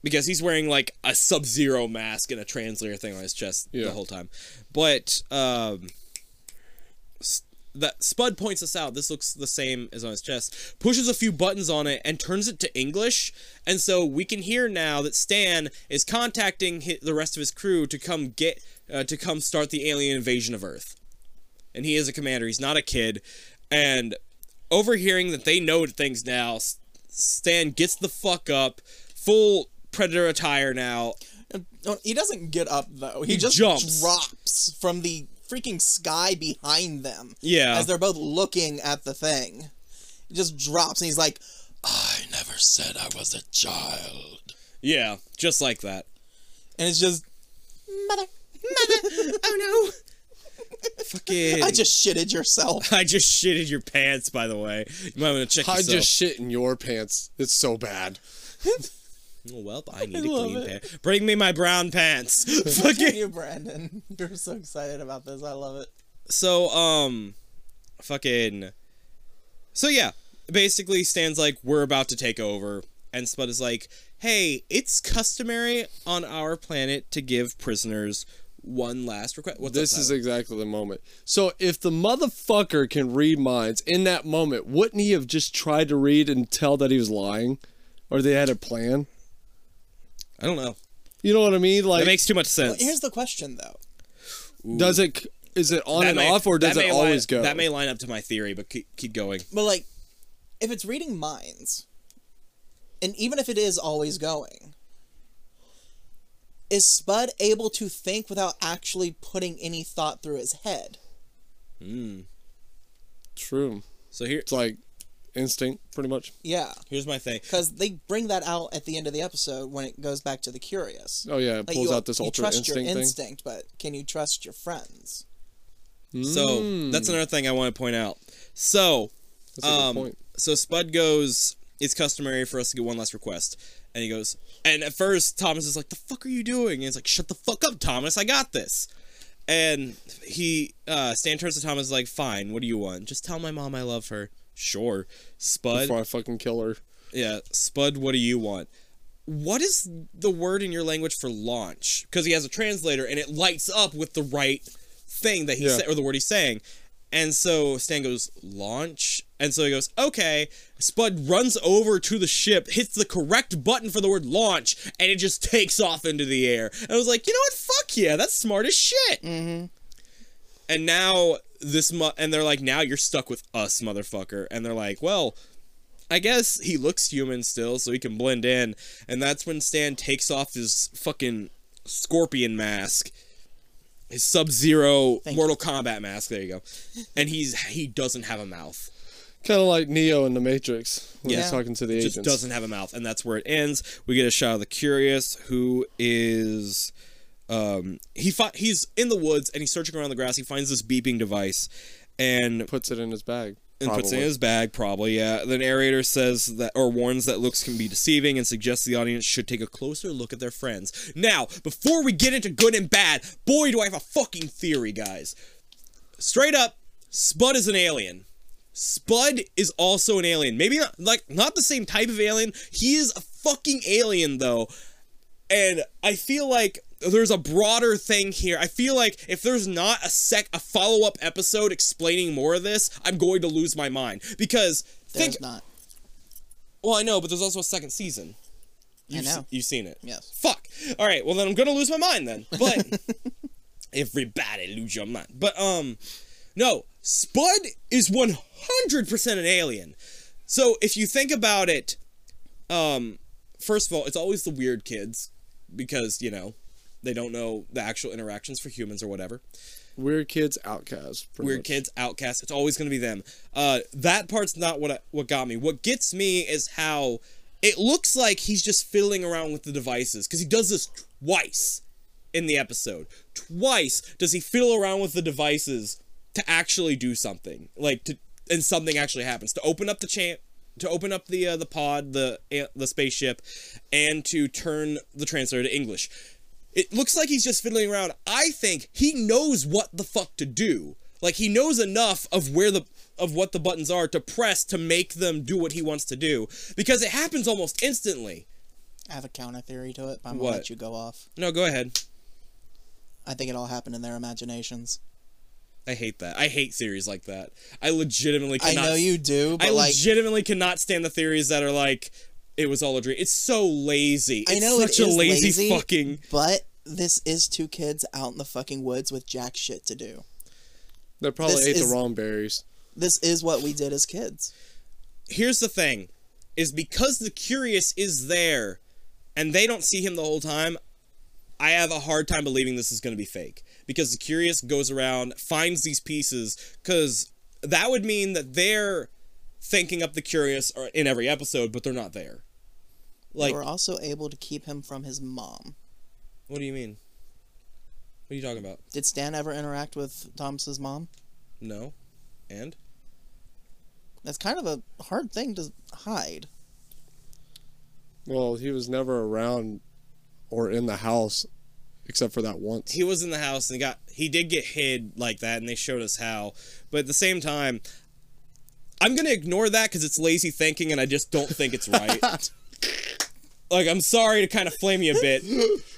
[SPEAKER 2] because he's wearing like a sub-zero mask and a translator thing on his chest
[SPEAKER 3] Yeah.
[SPEAKER 2] the whole time. But um that Spud points this out. This looks the same as on his chest. Pushes a few buttons on it and turns it to English. And so we can hear now that Stan is contacting hi the rest of his crew to come get uh, to come start the alien invasion of Earth. And he is a commander. He's not a kid. And overhearing that they know things now, S- Stan gets the fuck up, full predator attire now.
[SPEAKER 4] No, he doesn't get up though. He,
[SPEAKER 2] He
[SPEAKER 4] just
[SPEAKER 2] jumps.
[SPEAKER 4] drops from the freaking sky behind them.
[SPEAKER 2] Yeah.
[SPEAKER 4] As they're both looking at the thing. He just drops and he's like, I never said I was a child.
[SPEAKER 2] Yeah, just like that.
[SPEAKER 4] And it's just Mother Mother Oh
[SPEAKER 2] Fucking.
[SPEAKER 4] no. I just shitted yourself.
[SPEAKER 2] I just shitted your pants, by the way. You might want to check
[SPEAKER 3] I
[SPEAKER 2] yourself.
[SPEAKER 3] just shit in your pants. It's so bad.
[SPEAKER 2] Oh, well, I need a
[SPEAKER 4] love
[SPEAKER 2] clean
[SPEAKER 4] it.
[SPEAKER 2] pair. Bring me my brown pants.
[SPEAKER 4] Thank
[SPEAKER 2] fucking.
[SPEAKER 4] you, Brandon. You're so excited about this. I love it.
[SPEAKER 2] So, um, fucking. So yeah, basically, Stan's like, we're about to take over, and Spud is like, hey, it's customary on our planet to give prisoners one last request. What's
[SPEAKER 3] This is exactly the moment. So if the motherfucker can read minds in that moment, wouldn't he have just tried to read and tell that he was lying, or they had a plan?
[SPEAKER 2] I don't know.
[SPEAKER 3] You know what I mean?
[SPEAKER 2] That
[SPEAKER 3] Like,
[SPEAKER 2] makes too much sense.
[SPEAKER 4] Here's the question though.
[SPEAKER 3] does it is it on
[SPEAKER 2] That
[SPEAKER 3] and
[SPEAKER 2] may-
[SPEAKER 3] off, or does
[SPEAKER 2] that
[SPEAKER 3] it
[SPEAKER 2] may
[SPEAKER 3] always
[SPEAKER 2] line,
[SPEAKER 3] go?
[SPEAKER 2] That may line up to my theory, but keep, keep going.
[SPEAKER 4] But like, if it's reading minds, and even if it is always going, is Spud able to think without actually putting any thought through his head?
[SPEAKER 3] True.
[SPEAKER 2] So here,
[SPEAKER 3] It's like instinct, pretty much.
[SPEAKER 4] Yeah,
[SPEAKER 2] here's my thing.
[SPEAKER 4] because they bring that out at the end of the episode when it goes back to the curious.
[SPEAKER 3] Oh yeah, it
[SPEAKER 4] Like,
[SPEAKER 3] pulls
[SPEAKER 4] you-
[SPEAKER 3] out this
[SPEAKER 4] you
[SPEAKER 3] ultra
[SPEAKER 4] trust
[SPEAKER 3] instinct
[SPEAKER 4] your
[SPEAKER 3] thing.
[SPEAKER 4] instinct, but can you trust your friends?
[SPEAKER 3] Mm.
[SPEAKER 2] So that's another thing I want to point out. So
[SPEAKER 3] That's a good
[SPEAKER 2] Um,
[SPEAKER 3] point.
[SPEAKER 2] So Spud goes, it's customary for us to get one last request. And he goes, and at first Thomas is like, the fuck are you doing? And he's like, shut the fuck up, Thomas, I got this. And he, uh, Stan turns to Thomas like, fine, what do you want? Just tell my mom I love her. Sure. Spud,
[SPEAKER 3] before I fucking kill her.
[SPEAKER 2] yeah, Spud, what do you want? What is the word in your language for launch? Because he has a translator and it lights up with the right thing that he
[SPEAKER 3] Yeah.
[SPEAKER 2] said or the word he's saying. And so Stan goes, launch. And so he goes, okay. Spud runs over to the ship, hits the correct button for the word launch, and it just takes off into the air. And I was like, you know what? Fuck yeah, that's smart as shit. Mm-hmm. And now this, mu- and they're like, now you're stuck with us, motherfucker. And they're like, well, I guess he looks human still, so he can blend in. And that's when Stan takes off his fucking scorpion mask, his Sub Zero
[SPEAKER 4] Thank
[SPEAKER 2] Mortal Kombat mask. There you go. And he's he doesn't have a mouth.
[SPEAKER 3] Kind of like Neo in the Matrix when
[SPEAKER 4] Yeah.
[SPEAKER 3] he's talking to the
[SPEAKER 2] He
[SPEAKER 3] agents.
[SPEAKER 2] just doesn't have a mouth, and that's where it ends. We get a shot of the Curious, who is. Um, he fi- he's in the woods and he's searching around the grass. He finds this beeping device, and
[SPEAKER 3] Puts it in his bag.
[SPEAKER 2] and puts it in
[SPEAKER 3] probably.
[SPEAKER 2] his bag, probably. Yeah. The narrator says that, or warns that looks can be deceiving, and suggests the audience should take a closer look at their friends. Now, before we get into good and bad, boy, do I have a fucking theory, guys. Straight up, Spud is an alien. Spud is also an alien. Maybe not like not the same type of alien. He is a fucking alien though. And I feel like there's a broader thing here. I feel like if there's not a sec a follow-up episode explaining more of this, I'm going to lose my mind because
[SPEAKER 4] There's
[SPEAKER 2] think
[SPEAKER 4] not.
[SPEAKER 2] well, I know, but there's also a second season. You've
[SPEAKER 4] know.
[SPEAKER 2] se- you've seen it.
[SPEAKER 4] Yes.
[SPEAKER 2] Fuck. All right. Well, then I'm gonna lose my mind then. But everybody lose your mind. But um, no. Spud is 100% an alien. So if you think about it, um, first of all, it's always the weird kids because you know they don't know the actual interactions for humans or whatever
[SPEAKER 3] Weird kids, outcast. pretty
[SPEAKER 2] weird
[SPEAKER 3] much.
[SPEAKER 2] kids, outcasts. It's always going to be them. Uh, that part's not what I, what got me. What gets me is how it looks like he's just fiddling around with the devices because he does this twice in the episode. Twice does he fiddle around with the devices to actually do something, like to and something actually happens to open up the champ. To open up the uh, the pod, the uh, the spaceship, and to turn the translator to English, it looks like he's just fiddling around. I think he knows what the fuck to do. Like he knows enough of where the of what the buttons are to press to make them do what he wants to do because it happens almost instantly.
[SPEAKER 4] I have a counter theory to it, but I'm gonna
[SPEAKER 2] What?
[SPEAKER 4] let you go off.
[SPEAKER 2] No, go ahead.
[SPEAKER 4] I think it all happened in their imaginations.
[SPEAKER 2] I hate that. I hate theories like that. I legitimately
[SPEAKER 4] I
[SPEAKER 2] cannot.
[SPEAKER 4] know you do, but
[SPEAKER 2] I
[SPEAKER 4] like
[SPEAKER 2] legitimately cannot stand the theories that are like it was all a dream. It's so lazy. It's
[SPEAKER 4] I know
[SPEAKER 2] such
[SPEAKER 4] it
[SPEAKER 2] a
[SPEAKER 4] is
[SPEAKER 2] lazy,
[SPEAKER 4] lazy,
[SPEAKER 2] fucking.
[SPEAKER 4] but this is two kids out in the fucking woods with jack shit to do.
[SPEAKER 3] They probably
[SPEAKER 4] This
[SPEAKER 3] ate
[SPEAKER 4] is-
[SPEAKER 3] the wrong berries.
[SPEAKER 4] This is what we did as kids.
[SPEAKER 2] here's the thing is because the curious is there and they don't see him the whole time i have a hard time believing this is going to be fake because the curious goes around finds these pieces because that would mean that they're thinking up the curious or- in every episode but they're not there like
[SPEAKER 4] we were also able to keep him from his mom.
[SPEAKER 2] what do you mean what are you talking about
[SPEAKER 4] Did Stan ever interact with Thomas's mom?
[SPEAKER 2] no and
[SPEAKER 4] That's kind of a hard thing to hide.
[SPEAKER 3] Well, he was never around or in the house except for that once.
[SPEAKER 2] he was in the house and he got he did get hid like that and they showed us how but at the same time i'm gonna ignore that because it's lazy thinking and i just don't think it's right like i'm sorry to kind of flame you a bit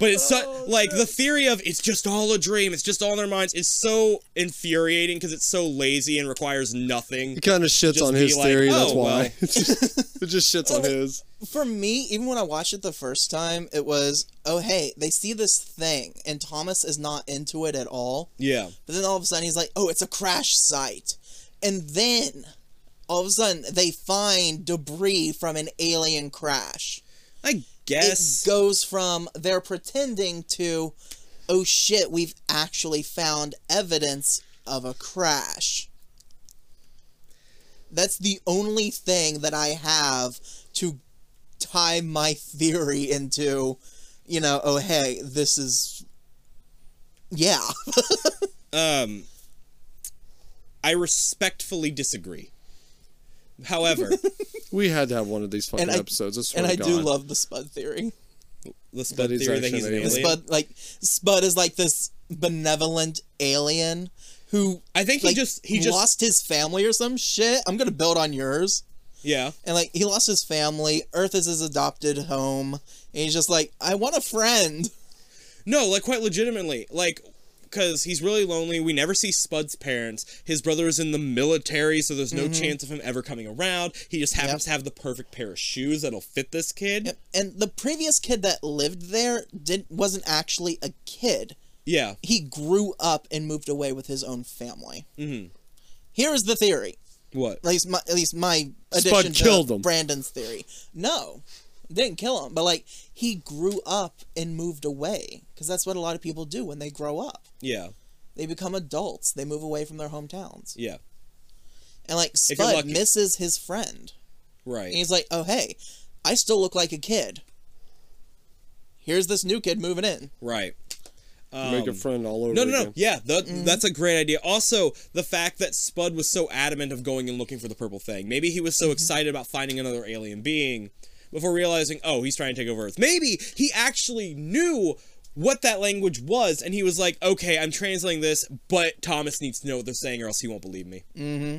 [SPEAKER 2] but it's so, like the theory of it's just all a dream it's just all in their minds is so infuriating because it's so lazy and requires nothing
[SPEAKER 3] He kind of shits
[SPEAKER 2] Just
[SPEAKER 3] on
[SPEAKER 2] be
[SPEAKER 3] his
[SPEAKER 2] like,
[SPEAKER 3] theory,
[SPEAKER 2] "Oh,
[SPEAKER 3] that's why.
[SPEAKER 2] well."
[SPEAKER 3] it just shits on his.
[SPEAKER 4] For me, even when I watched it the first time, it was, oh hey, they see this thing, and Thomas is not into it at all.
[SPEAKER 2] yeah
[SPEAKER 4] But then all of a sudden he's like, oh, it's a crash site. And then all of a sudden they find debris from an alien crash.
[SPEAKER 2] i
[SPEAKER 4] It
[SPEAKER 2] guess
[SPEAKER 4] goes from they're pretending to, oh shit, we've actually found evidence of a crash. That's the only thing that I have to tie my theory into, you know, oh hey, this is. Yeah.
[SPEAKER 2] um i respectfully disagree However,
[SPEAKER 3] We had to have one of these fucking
[SPEAKER 4] I-
[SPEAKER 3] episodes. I swear
[SPEAKER 4] And
[SPEAKER 3] to
[SPEAKER 4] I do
[SPEAKER 3] God.
[SPEAKER 4] love the Spud theory.
[SPEAKER 2] the Spud
[SPEAKER 3] That is
[SPEAKER 2] theory that
[SPEAKER 3] actually
[SPEAKER 2] he's an
[SPEAKER 3] an
[SPEAKER 2] alien.
[SPEAKER 3] alien.
[SPEAKER 4] The Spud, like Spud, is like this benevolent alien who
[SPEAKER 2] I think he
[SPEAKER 4] like,
[SPEAKER 2] just he just
[SPEAKER 4] lost his family or some shit. I'm gonna build on yours.
[SPEAKER 2] yeah.
[SPEAKER 4] And like he lost his family. Earth is his adopted home. And he's just like, I want a friend.
[SPEAKER 2] No, like quite legitimately. Like because he's really lonely. We never see Spud's parents. His brother is in the military, so there's no chance of him ever coming around. He just happens
[SPEAKER 4] Mm-hmm. Yep.
[SPEAKER 2] to have the perfect pair of shoes that'll fit this kid.
[SPEAKER 4] And the previous kid that lived there did wasn't actually a kid.
[SPEAKER 2] Yeah.
[SPEAKER 4] He grew up and moved away with his own family. Mm-hmm. is the theory.
[SPEAKER 2] What?
[SPEAKER 4] At least my at least my
[SPEAKER 3] Spud
[SPEAKER 4] addition to
[SPEAKER 3] killed him.
[SPEAKER 4] Brandon's theory. No, didn't kill him, but like he grew up and moved away because that's what a lot of people do when they grow up.
[SPEAKER 2] Yeah.
[SPEAKER 4] They become adults. They move away from their hometowns.
[SPEAKER 2] Yeah.
[SPEAKER 4] And like
[SPEAKER 2] If you're
[SPEAKER 4] Spud
[SPEAKER 2] lucky.
[SPEAKER 4] misses his friend.
[SPEAKER 2] Right.
[SPEAKER 4] And he's like, oh, hey, I still look like a kid. Here's this new kid moving in.
[SPEAKER 2] right.
[SPEAKER 3] Make a friend all over
[SPEAKER 2] Um, No, no, no.
[SPEAKER 3] again.
[SPEAKER 2] Yeah, that, that's a great idea. Also, the fact that Spud was so adamant of going and looking for the purple thing. Maybe he was so excited about finding another alien being before realizing, oh, he's trying to take over Earth. Maybe he actually knew what that language was and he was like, okay, I'm translating this, but Thomas needs to know what they're saying or else he won't believe me. Mm-hmm.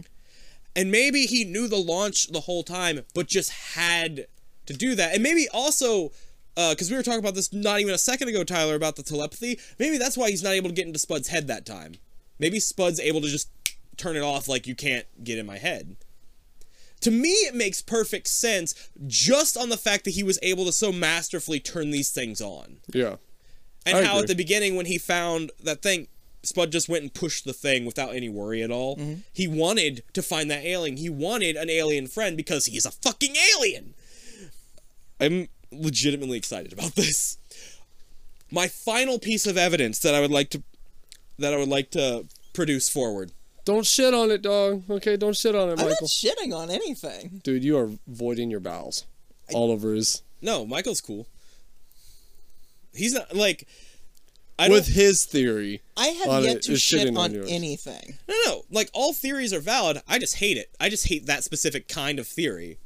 [SPEAKER 2] And maybe he knew the launch the whole time, but just had to do that. And maybe also because we were talking about this not even a second ago, Tyler, about the telepathy. Maybe that's why he's not able to get into Spud's head that time. Maybe Spud's able to just turn it off like you can't get in my head. To me, it makes perfect sense just on the fact that he was able to so masterfully turn these things on.
[SPEAKER 3] Yeah.
[SPEAKER 2] And
[SPEAKER 3] I
[SPEAKER 2] how
[SPEAKER 3] agree.
[SPEAKER 2] at the beginning, when he found that thing, Spud just went and pushed the thing without any worry at all.
[SPEAKER 3] Mm-hmm.
[SPEAKER 2] He wanted to find that alien. He wanted an alien friend because he's a fucking alien. I'm legitimately excited about this. My final piece of evidence that I would like to that I would like to produce forward.
[SPEAKER 3] Don't shit on it, dog. Okay, don't shit on it,
[SPEAKER 4] I'm
[SPEAKER 3] Michael.
[SPEAKER 4] not shitting on anything.
[SPEAKER 3] Dude, you are voiding your bowels. all over his
[SPEAKER 2] No, Michael's cool. He's not like I
[SPEAKER 3] with
[SPEAKER 2] don't
[SPEAKER 3] his theory.
[SPEAKER 4] I have
[SPEAKER 3] On
[SPEAKER 4] yet
[SPEAKER 3] it-
[SPEAKER 4] to
[SPEAKER 3] it's
[SPEAKER 4] shit
[SPEAKER 3] shitting
[SPEAKER 4] on,
[SPEAKER 3] on yours.
[SPEAKER 4] anything.
[SPEAKER 2] No, no, no. Like all theories are valid. I just hate it. I just hate that specific kind of theory.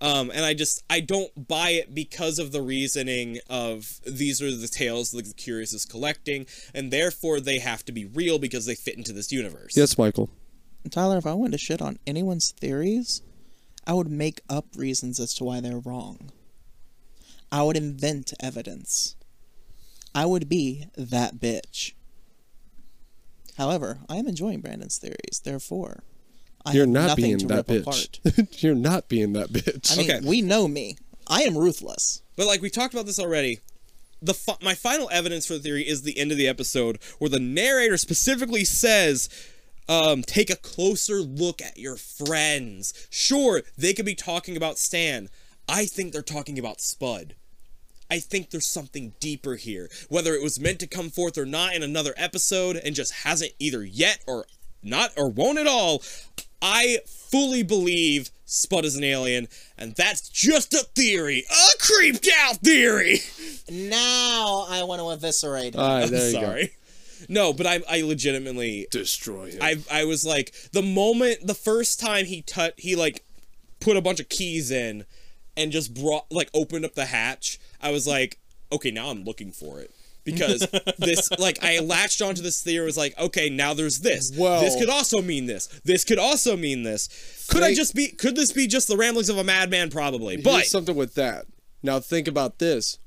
[SPEAKER 2] Um, and I just I don't buy it because of the reasoning of these are the tales that the curious is collecting, and therefore they have to be real because they fit into this universe.
[SPEAKER 3] Yes, Michael.
[SPEAKER 4] Tyler, if I wanted to shit on anyone's theories, I would make up reasons as to why they're wrong. I would invent evidence. I would be that bitch. However, I am enjoying Brandon's theories. Therefore, I
[SPEAKER 3] You're
[SPEAKER 4] have
[SPEAKER 3] not
[SPEAKER 4] nothing
[SPEAKER 3] being
[SPEAKER 4] to
[SPEAKER 3] that
[SPEAKER 4] rip
[SPEAKER 3] bitch.
[SPEAKER 4] apart.
[SPEAKER 3] You're not being that bitch.
[SPEAKER 4] I mean,
[SPEAKER 2] Okay.
[SPEAKER 4] we know me. I am ruthless.
[SPEAKER 2] But like we talked about this already, the fi- my final evidence for the theory is the end of the episode where the narrator specifically says, um, "Take a closer look at your friends." Sure, they could be talking about Stan. I think they're talking about Spud. I think there's something deeper here, whether it was meant to come forth or not in another episode and just hasn't either yet or not or won't at all. I fully believe Spud is an alien, and that's just a theory, a creeped out theory.
[SPEAKER 4] Now I want to eviscerate him.
[SPEAKER 3] All right, there you
[SPEAKER 2] Sorry. No, but I, I legitimately
[SPEAKER 3] go. Destroy him.
[SPEAKER 2] I I was like the moment the first time he tut he like put a bunch of keys in and just brought like opened up the hatch. I was like, okay, now I'm looking for it because this like I latched onto this theory was like, okay, now there's this.
[SPEAKER 3] Well-
[SPEAKER 2] this could also mean this. This could also mean this. Could I
[SPEAKER 3] Think-
[SPEAKER 2] just be? Could this be just the ramblings of a madman? Probably,
[SPEAKER 3] Here's
[SPEAKER 2] but
[SPEAKER 3] something with that. Now think about this.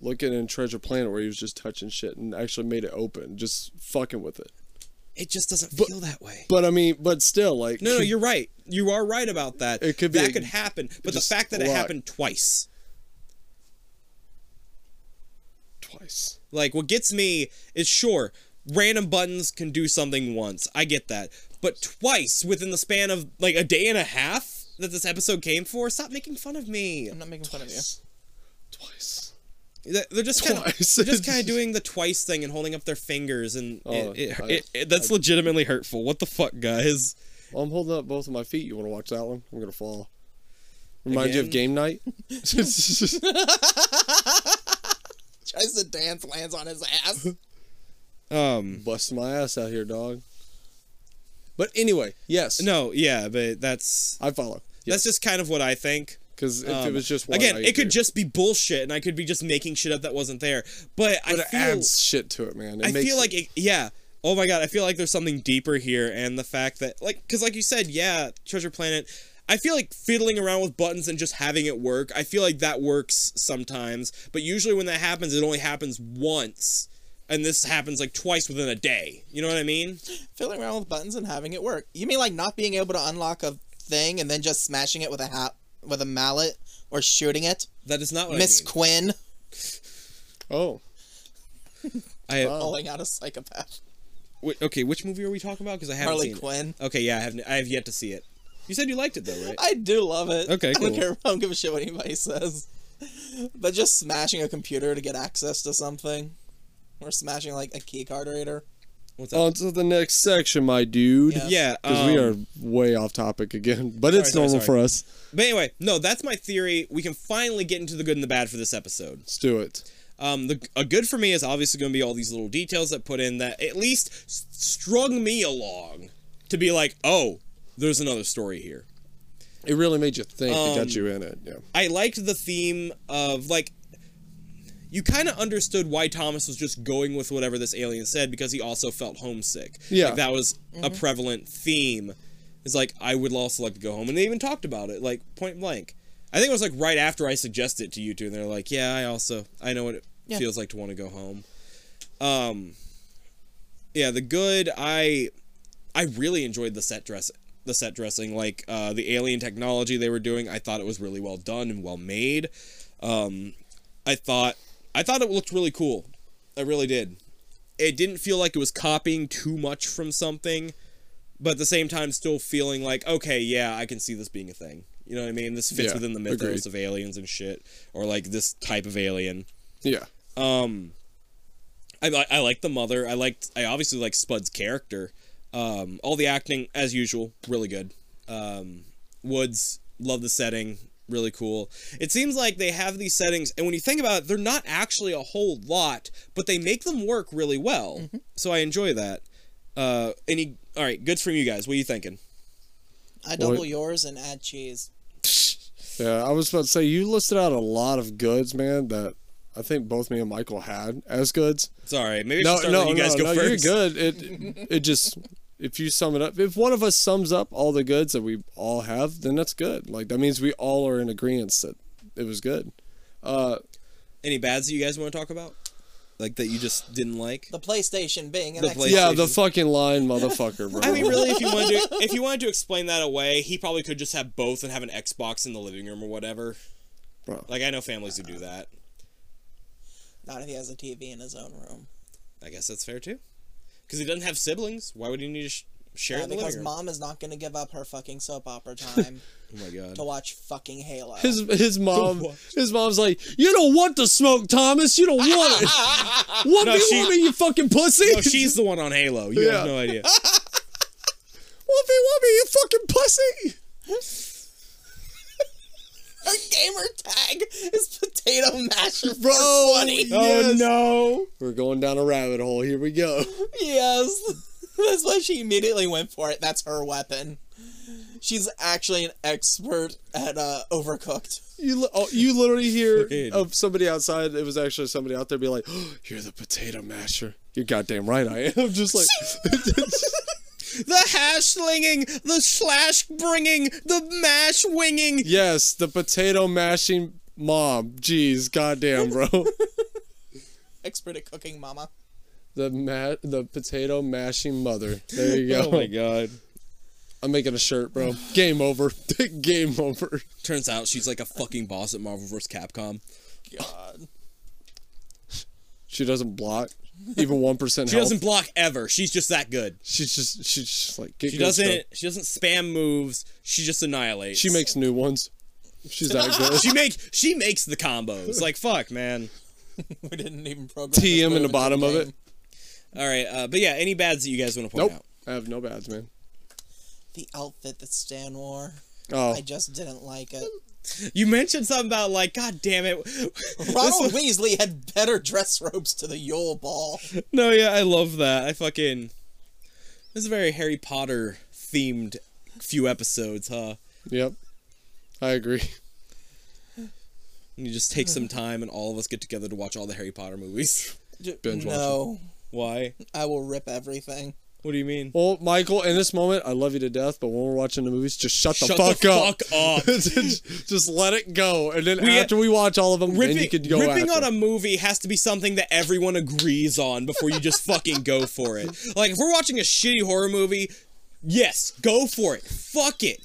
[SPEAKER 3] Looking in Treasure Planet where he was just touching shit and actually made it open, just fucking with it.
[SPEAKER 2] it just doesn't feel that way.
[SPEAKER 3] But I mean, but still, like
[SPEAKER 2] No, no, you're right. You are right about that.
[SPEAKER 3] It could be
[SPEAKER 2] that
[SPEAKER 3] a-
[SPEAKER 2] could happen, but the
[SPEAKER 3] just
[SPEAKER 2] fact that it
[SPEAKER 3] lie.
[SPEAKER 2] happened twice.
[SPEAKER 3] twice.
[SPEAKER 2] Like what gets me is sure, random buttons can do something once. I get that. But twice within the span of like a day and a half that this episode came for, stop making fun of me.
[SPEAKER 4] I'm not making fun of you.
[SPEAKER 3] Twice.
[SPEAKER 2] They're they're just kind of
[SPEAKER 3] Twice.
[SPEAKER 2] they're just kind of doing the twice thing and holding up their fingers and
[SPEAKER 3] Oh,
[SPEAKER 2] it, it,
[SPEAKER 3] I-
[SPEAKER 2] it, it- that's legitimately hurtful. What the fuck, guys?
[SPEAKER 3] Well, I'm holding up both of my feet. You want to watch that one? I'm gonna fall. Remind you of
[SPEAKER 2] Again?
[SPEAKER 3] game night?
[SPEAKER 4] Tries to dance, lands on his ass.
[SPEAKER 2] Um
[SPEAKER 3] Busting my ass out here, dog. But anyway, yes.
[SPEAKER 2] No, yeah, but that's
[SPEAKER 3] I follow.
[SPEAKER 2] that's just kind of what I think.
[SPEAKER 3] Because if it
[SPEAKER 2] Um,
[SPEAKER 3] was just one,
[SPEAKER 2] again,
[SPEAKER 3] I
[SPEAKER 2] it could
[SPEAKER 3] agree.
[SPEAKER 2] just be bullshit, and I could be just making shit up that wasn't there. But, I
[SPEAKER 3] But it
[SPEAKER 2] feel,
[SPEAKER 3] adds shit to it, man. It
[SPEAKER 2] I
[SPEAKER 3] makes
[SPEAKER 2] feel like it, yeah. Oh my god, I feel like there's something deeper here, and the fact that like, because like you said, yeah, Treasure Planet. I feel like fiddling around with buttons and just having it work. I feel like that works sometimes, but usually when that happens, it only happens once, and this happens like twice within a day. You know what I mean?
[SPEAKER 4] Fiddling around with buttons and having it work. You mean like not being able to unlock a thing and then just smashing it with a hat with a mallet or shooting it?
[SPEAKER 2] That is not what
[SPEAKER 4] Miss Quinn
[SPEAKER 3] oh,
[SPEAKER 2] I mean. I,
[SPEAKER 4] calling out a psychopath.
[SPEAKER 2] wait, okay, which movie are we talking about? Because I haven't
[SPEAKER 4] Harley
[SPEAKER 2] seen it.
[SPEAKER 4] Quinn.
[SPEAKER 2] Okay, yeah, I have. I have yet to see it. You said you liked it though, right?
[SPEAKER 4] I do love it.
[SPEAKER 2] Okay,
[SPEAKER 4] I don't
[SPEAKER 2] cool.
[SPEAKER 4] care. I don't give a shit what anybody says. But just smashing a computer to get access to something, or smashing like a key card reader.
[SPEAKER 2] What's up?
[SPEAKER 3] on to the next section, my dude.
[SPEAKER 4] Yeah.
[SPEAKER 2] yeah,
[SPEAKER 3] Because
[SPEAKER 2] um,
[SPEAKER 3] we are way off topic again, but it's
[SPEAKER 2] sorry,
[SPEAKER 3] normal
[SPEAKER 2] sorry.
[SPEAKER 3] for us.
[SPEAKER 2] But anyway, no, that's my theory. We can finally get into the good and the bad for this episode.
[SPEAKER 3] Let's do it.
[SPEAKER 2] Um, the a good for me is obviously going to be all these little details that put in that at least s- strung me along to be like, oh, there's another story here.
[SPEAKER 3] It really made you think. it
[SPEAKER 2] Um,
[SPEAKER 3] got you in it. Yeah.
[SPEAKER 2] I liked the theme of like you kind of understood why Thomas was just going with whatever this alien said because he also felt homesick.
[SPEAKER 3] Yeah.
[SPEAKER 2] like, that was a prevalent theme. It's like I would also like to go home, and they even talked about it, like point blank. I think it was like right after I suggested it to you two, and they're like, "Yeah, I also I know what it
[SPEAKER 4] Yeah.
[SPEAKER 2] feels like to want to go home." Um, yeah, the good I I really enjoyed the set dress the set dressing like uh, the alien technology they were doing. I thought it was really well done and well made. Um, I thought I thought it looked really cool. I really did. It didn't feel like it was copying too much from something, but at the same time still feeling like okay, yeah, I can see this being a thing. You know what I mean? This fits
[SPEAKER 3] Yeah,
[SPEAKER 2] within the mythos
[SPEAKER 3] agreed.
[SPEAKER 2] of aliens and shit or like this type of alien.
[SPEAKER 3] Yeah.
[SPEAKER 2] I, I like the mother. I liked. I obviously like Spud's character. Um, all the acting, as usual, really good. Um, Woods, love the setting, really cool. It seems like they have these settings, and when you think about it, they're not actually a whole lot, but they make them work really well. So I enjoy that. Uh, any all right, good from you guys. What are you thinking?
[SPEAKER 4] I double
[SPEAKER 3] What?
[SPEAKER 4] yours and add cheese.
[SPEAKER 3] Yeah. I was about to say you listed out a lot of goods, man. That I think both me and Michael had as goods.
[SPEAKER 2] Sorry, maybe I
[SPEAKER 3] No,
[SPEAKER 2] should start
[SPEAKER 3] no,
[SPEAKER 2] letting you guys
[SPEAKER 3] no,
[SPEAKER 2] go
[SPEAKER 3] no.
[SPEAKER 2] 1st
[SPEAKER 3] You're good. It it just if you sum it up, if one of us sums up all the goods that we all have, then that's good. Like that means we all are in agreement that it was good.
[SPEAKER 2] Any bads that you guys want to talk about? Like that you just didn't like?
[SPEAKER 4] The PlayStation being an
[SPEAKER 2] The
[SPEAKER 4] Xbox.
[SPEAKER 2] Play-
[SPEAKER 3] Yeah, the
[SPEAKER 2] PlayStation.
[SPEAKER 3] fucking line, motherfucker, bro.
[SPEAKER 2] I mean, really, if you wanted to, if you wanted to explain that away, he probably could just have both and have an Xbox in the living room or whatever.
[SPEAKER 3] Bro.
[SPEAKER 2] Like I know families who do that.
[SPEAKER 4] Not if he has a TV in his own room.
[SPEAKER 2] I guess that's fair too, because he doesn't have siblings. Why would he need to sh- share
[SPEAKER 4] Yeah,
[SPEAKER 2] the living
[SPEAKER 4] Uh, because
[SPEAKER 2] room?
[SPEAKER 4] mom is not going to give up her fucking soap opera time
[SPEAKER 2] oh my god.
[SPEAKER 4] to watch fucking Halo.
[SPEAKER 3] His his mom
[SPEAKER 2] what?
[SPEAKER 3] his mom's like, you don't want the smoke, Thomas. You don't want it. What
[SPEAKER 2] No,
[SPEAKER 3] do you
[SPEAKER 2] she-
[SPEAKER 3] want me, you fucking pussy?
[SPEAKER 2] No, Oh, she's the one on Halo. You
[SPEAKER 3] Yeah.
[SPEAKER 2] have no idea.
[SPEAKER 3] What do you want me, you fucking pussy?
[SPEAKER 4] Her gamer tag is potato masher
[SPEAKER 3] Bro,
[SPEAKER 4] for 20.
[SPEAKER 3] yes.
[SPEAKER 2] no.
[SPEAKER 3] We're going down a rabbit hole. Here we go.
[SPEAKER 4] Yes. That's why she immediately went for it. That's her weapon. She's actually an expert at uh, overcooked.
[SPEAKER 3] You li- oh, you literally hear
[SPEAKER 2] Fucking-
[SPEAKER 3] of somebody outside. It was actually somebody out there be like, oh, "You're the potato masher." You're goddamn right. I am. I'm just like,
[SPEAKER 2] The hash slinging, the slash bringing, the mash winging.
[SPEAKER 3] yes, the potato mashing mom. Jeez, goddamn, bro.
[SPEAKER 4] Expert at cooking, mama.
[SPEAKER 3] the ma- the potato mashing mother. There you go.
[SPEAKER 2] Oh my god.
[SPEAKER 3] I'm making a shirt, bro. Game over. Game over.
[SPEAKER 2] Turns out she's like a fucking boss at Marvel vs. Capcom.
[SPEAKER 4] God.
[SPEAKER 3] She doesn't block even one percent.
[SPEAKER 2] She doesn't block ever. She's just that good.
[SPEAKER 3] She's just. She's just like. Get
[SPEAKER 2] She
[SPEAKER 3] good
[SPEAKER 2] doesn't.
[SPEAKER 3] stuff.
[SPEAKER 2] She doesn't spam moves. She just annihilates.
[SPEAKER 3] She makes new ones. She's that good.
[SPEAKER 2] She makes. She makes the combos. Like fuck, man.
[SPEAKER 4] We didn't even program this
[SPEAKER 3] TM in
[SPEAKER 4] move
[SPEAKER 3] the
[SPEAKER 4] into
[SPEAKER 3] bottom of
[SPEAKER 4] game.
[SPEAKER 3] it.
[SPEAKER 2] All right. Uh, but yeah, any bads that you guys want to point
[SPEAKER 3] Nope.
[SPEAKER 2] out?
[SPEAKER 3] I have no bads, man.
[SPEAKER 4] The outfit that Stan wore.
[SPEAKER 3] Oh,
[SPEAKER 4] I just didn't like it.
[SPEAKER 2] You mentioned something about like, god damn it.
[SPEAKER 4] Ronald Weasley had better dress robes to the Yule Ball.
[SPEAKER 2] no, yeah, I love that. I fucking. This is a very Harry Potter themed few episodes, huh?
[SPEAKER 3] Yep. I agree.
[SPEAKER 2] You just take some time and all of us get together to watch all the Harry Potter movies.
[SPEAKER 4] J-
[SPEAKER 3] binge watch
[SPEAKER 4] no,
[SPEAKER 2] Why?
[SPEAKER 4] I will rip everything.
[SPEAKER 2] What do you mean?
[SPEAKER 3] Well, Michael, in this moment, I love you to death, but when we're watching the movies, just shut the,
[SPEAKER 2] Shut
[SPEAKER 3] fuck,
[SPEAKER 2] the
[SPEAKER 3] up.
[SPEAKER 2] fuck up.
[SPEAKER 3] just, just let it go. And then
[SPEAKER 2] We-
[SPEAKER 3] after we watch all of them, then you
[SPEAKER 2] Ripping,
[SPEAKER 3] can go
[SPEAKER 2] ripping on
[SPEAKER 3] after.
[SPEAKER 2] a movie has to be something that everyone agrees on before you just fucking go for it. Like, if we're watching a shitty horror movie, yes, go for it. Fuck it.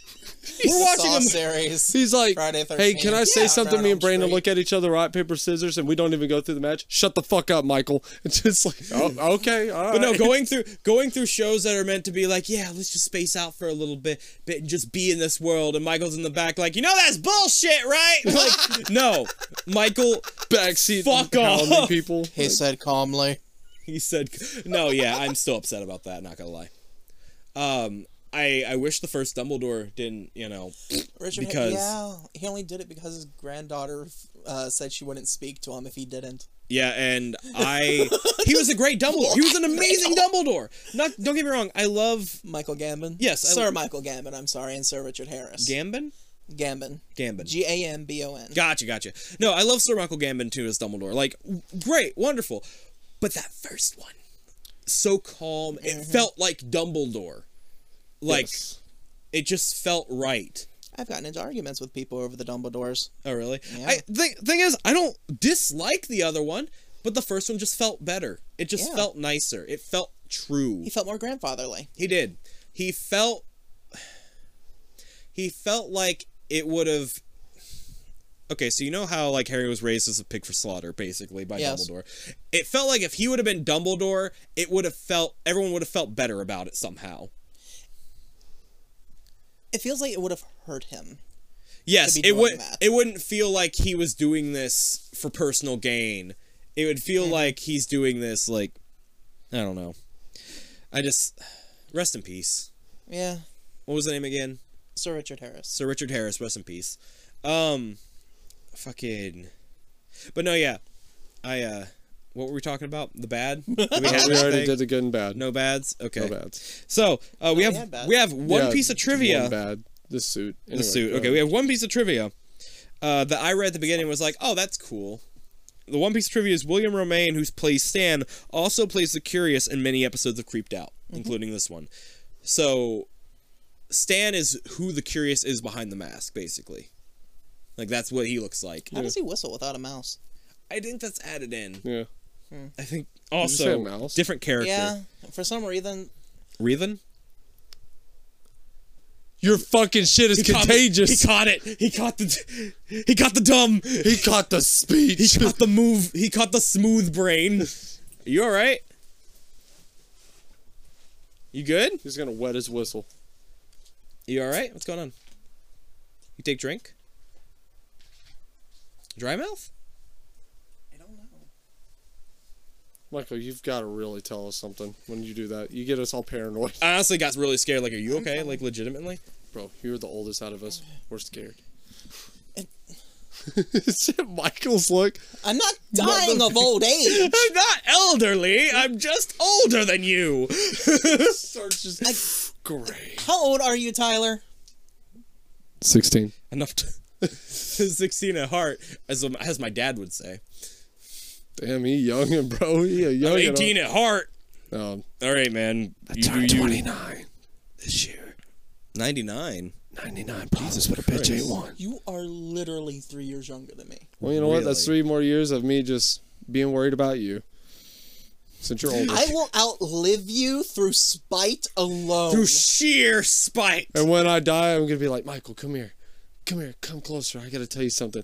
[SPEAKER 2] We're watching
[SPEAKER 4] Saw
[SPEAKER 2] a mo-
[SPEAKER 4] series.
[SPEAKER 3] He's like,
[SPEAKER 4] Friday the
[SPEAKER 3] hey, can I
[SPEAKER 4] 13th.
[SPEAKER 3] say
[SPEAKER 4] Yeah,
[SPEAKER 3] something?
[SPEAKER 4] Brown
[SPEAKER 3] Me
[SPEAKER 4] Elm
[SPEAKER 3] and Brandon
[SPEAKER 4] Street.
[SPEAKER 3] look at each other, rock, paper, scissors, and we don't even go through the match. Shut the fuck up, Michael. It's just like, oh, okay, all right.
[SPEAKER 2] But no, going through going through shows that are meant to be like, yeah, let's just space out for a little bit, bit and just be in this world. And Michael's in the back, like, you know, that's bullshit, right? Like, no, Michael.
[SPEAKER 3] backseat,
[SPEAKER 2] Fuck
[SPEAKER 3] hounding
[SPEAKER 2] off.
[SPEAKER 3] people.
[SPEAKER 4] He said calmly.
[SPEAKER 2] He said, no, yeah, I'm still upset about that. Not gonna lie. Um, I I wish the first Dumbledore didn't, you know,
[SPEAKER 4] Richard,
[SPEAKER 2] Because-
[SPEAKER 4] yeah, he only did it because his granddaughter uh, said she wouldn't speak to him if he didn't.
[SPEAKER 2] Yeah, and I he was a great Dumbledore. He was an amazing Dumbledore. Not don't get me wrong, I love
[SPEAKER 4] Michael Gambon.
[SPEAKER 2] Yes, I-
[SPEAKER 4] Sir Michael Gambon. I'm sorry, and Sir Richard Harris.
[SPEAKER 2] Gambon?
[SPEAKER 4] Gambon.
[SPEAKER 2] Gambon.
[SPEAKER 4] G A M B O N.
[SPEAKER 2] Gotcha, gotcha. No, I love Sir Michael Gambon too as Dumbledore. Like w- great, wonderful. But that first one, so calm.
[SPEAKER 4] Mm-hmm.
[SPEAKER 2] It felt like Dumbledore. Like
[SPEAKER 3] Yes.
[SPEAKER 2] it just felt right.
[SPEAKER 4] I've gotten into arguments with people over the Dumbledores.
[SPEAKER 2] Oh really?
[SPEAKER 4] Yeah.
[SPEAKER 2] I thing thing is, I don't dislike the other one, but the first one just felt better. It just
[SPEAKER 4] Yeah.
[SPEAKER 2] felt nicer. It felt true.
[SPEAKER 4] He felt more grandfatherly.
[SPEAKER 2] He did. He felt he felt like it would have Okay, so you know how like Harry was raised as a pig for slaughter basically by
[SPEAKER 4] Yes.
[SPEAKER 2] Dumbledore. It felt like if he would have been Dumbledore, it would have felt everyone would have felt better about it somehow.
[SPEAKER 4] It feels like it would have hurt him.
[SPEAKER 2] Yes,
[SPEAKER 4] be
[SPEAKER 2] it
[SPEAKER 4] doing
[SPEAKER 2] would
[SPEAKER 4] that.
[SPEAKER 2] it wouldn't feel like he was doing this for personal gain. It would feel
[SPEAKER 4] Mm-hmm.
[SPEAKER 2] like he's doing this like I don't know. I just rest in peace.
[SPEAKER 4] Yeah.
[SPEAKER 2] What was the name again?
[SPEAKER 4] Sir Richard Harris.
[SPEAKER 2] Sir Richard Harris, rest in peace. Um, fucking. But no, yeah, I. uh What were we talking about? The bad. Did we have
[SPEAKER 3] We already
[SPEAKER 2] anything?
[SPEAKER 3] did the good and bad.
[SPEAKER 2] No bads. Okay.
[SPEAKER 3] no bad.
[SPEAKER 2] So uh, we
[SPEAKER 4] No, we
[SPEAKER 2] have
[SPEAKER 4] had bads.
[SPEAKER 2] we have one
[SPEAKER 3] Yeah,
[SPEAKER 2] piece of trivia.
[SPEAKER 3] One bad. The suit.
[SPEAKER 2] The suit. Okay, we have one piece of trivia uh, that I read at the beginning. and Was like, oh, that's cool. The one piece of trivia is William Romaine, who plays Stan, also plays the Curious in many episodes of Creeped Out, including this one. So, Stan is who the Curious is behind the mask, basically. Like that's what he looks like.
[SPEAKER 4] How does he whistle without a mouse?
[SPEAKER 2] I think that's added in.
[SPEAKER 3] yeah.
[SPEAKER 2] I think
[SPEAKER 3] say a
[SPEAKER 2] also
[SPEAKER 3] mouse?
[SPEAKER 2] different character.
[SPEAKER 4] Yeah. For some reason,
[SPEAKER 2] Reethan?
[SPEAKER 3] Your fucking shit is
[SPEAKER 2] He caught it.
[SPEAKER 3] contagious.
[SPEAKER 2] He caught it. He caught the. He caught the dumb.
[SPEAKER 3] He caught the
[SPEAKER 2] He
[SPEAKER 3] speech.
[SPEAKER 2] caught the move. He caught the smooth brain. You all right? You good?
[SPEAKER 3] He's gonna wet his whistle.
[SPEAKER 2] You all right? What's going on? You take drink? Dry mouth?
[SPEAKER 4] I don't know.
[SPEAKER 3] Michael, you've got to really tell us something when you do that. You get us all paranoid,
[SPEAKER 2] I honestly got really scared. Like, are you okay? Like, legitimately?
[SPEAKER 3] bro. You're the oldest out of us. We're scared.
[SPEAKER 4] And-
[SPEAKER 3] Michael's look.
[SPEAKER 4] I'm not dying of old age.
[SPEAKER 2] I'm not elderly. I'm just older than you.
[SPEAKER 3] Starts just great.
[SPEAKER 4] How old are you, Tyler?
[SPEAKER 3] Sixteen.
[SPEAKER 2] Enough. To- 16 at heart, as um, as my dad would say.
[SPEAKER 3] Damn, he young and bro. He a young.
[SPEAKER 2] I'm 18 at heart.
[SPEAKER 3] Um,
[SPEAKER 2] All right, man.
[SPEAKER 3] I
[SPEAKER 2] You
[SPEAKER 3] turned
[SPEAKER 2] do you.
[SPEAKER 3] twenty nine this year.
[SPEAKER 2] 99.
[SPEAKER 3] Ninety nine problems, but a bitch ain't one.
[SPEAKER 4] You are literally three years younger than me.
[SPEAKER 3] Well, you know what? That's
[SPEAKER 2] Really?
[SPEAKER 3] three more years of me just being worried about you. Since you're older.
[SPEAKER 4] I will outlive you through spite alone.
[SPEAKER 2] Through sheer spite.
[SPEAKER 3] And when I die, I'm gonna be like, Michael, come here, come here, come closer. I gotta tell you something.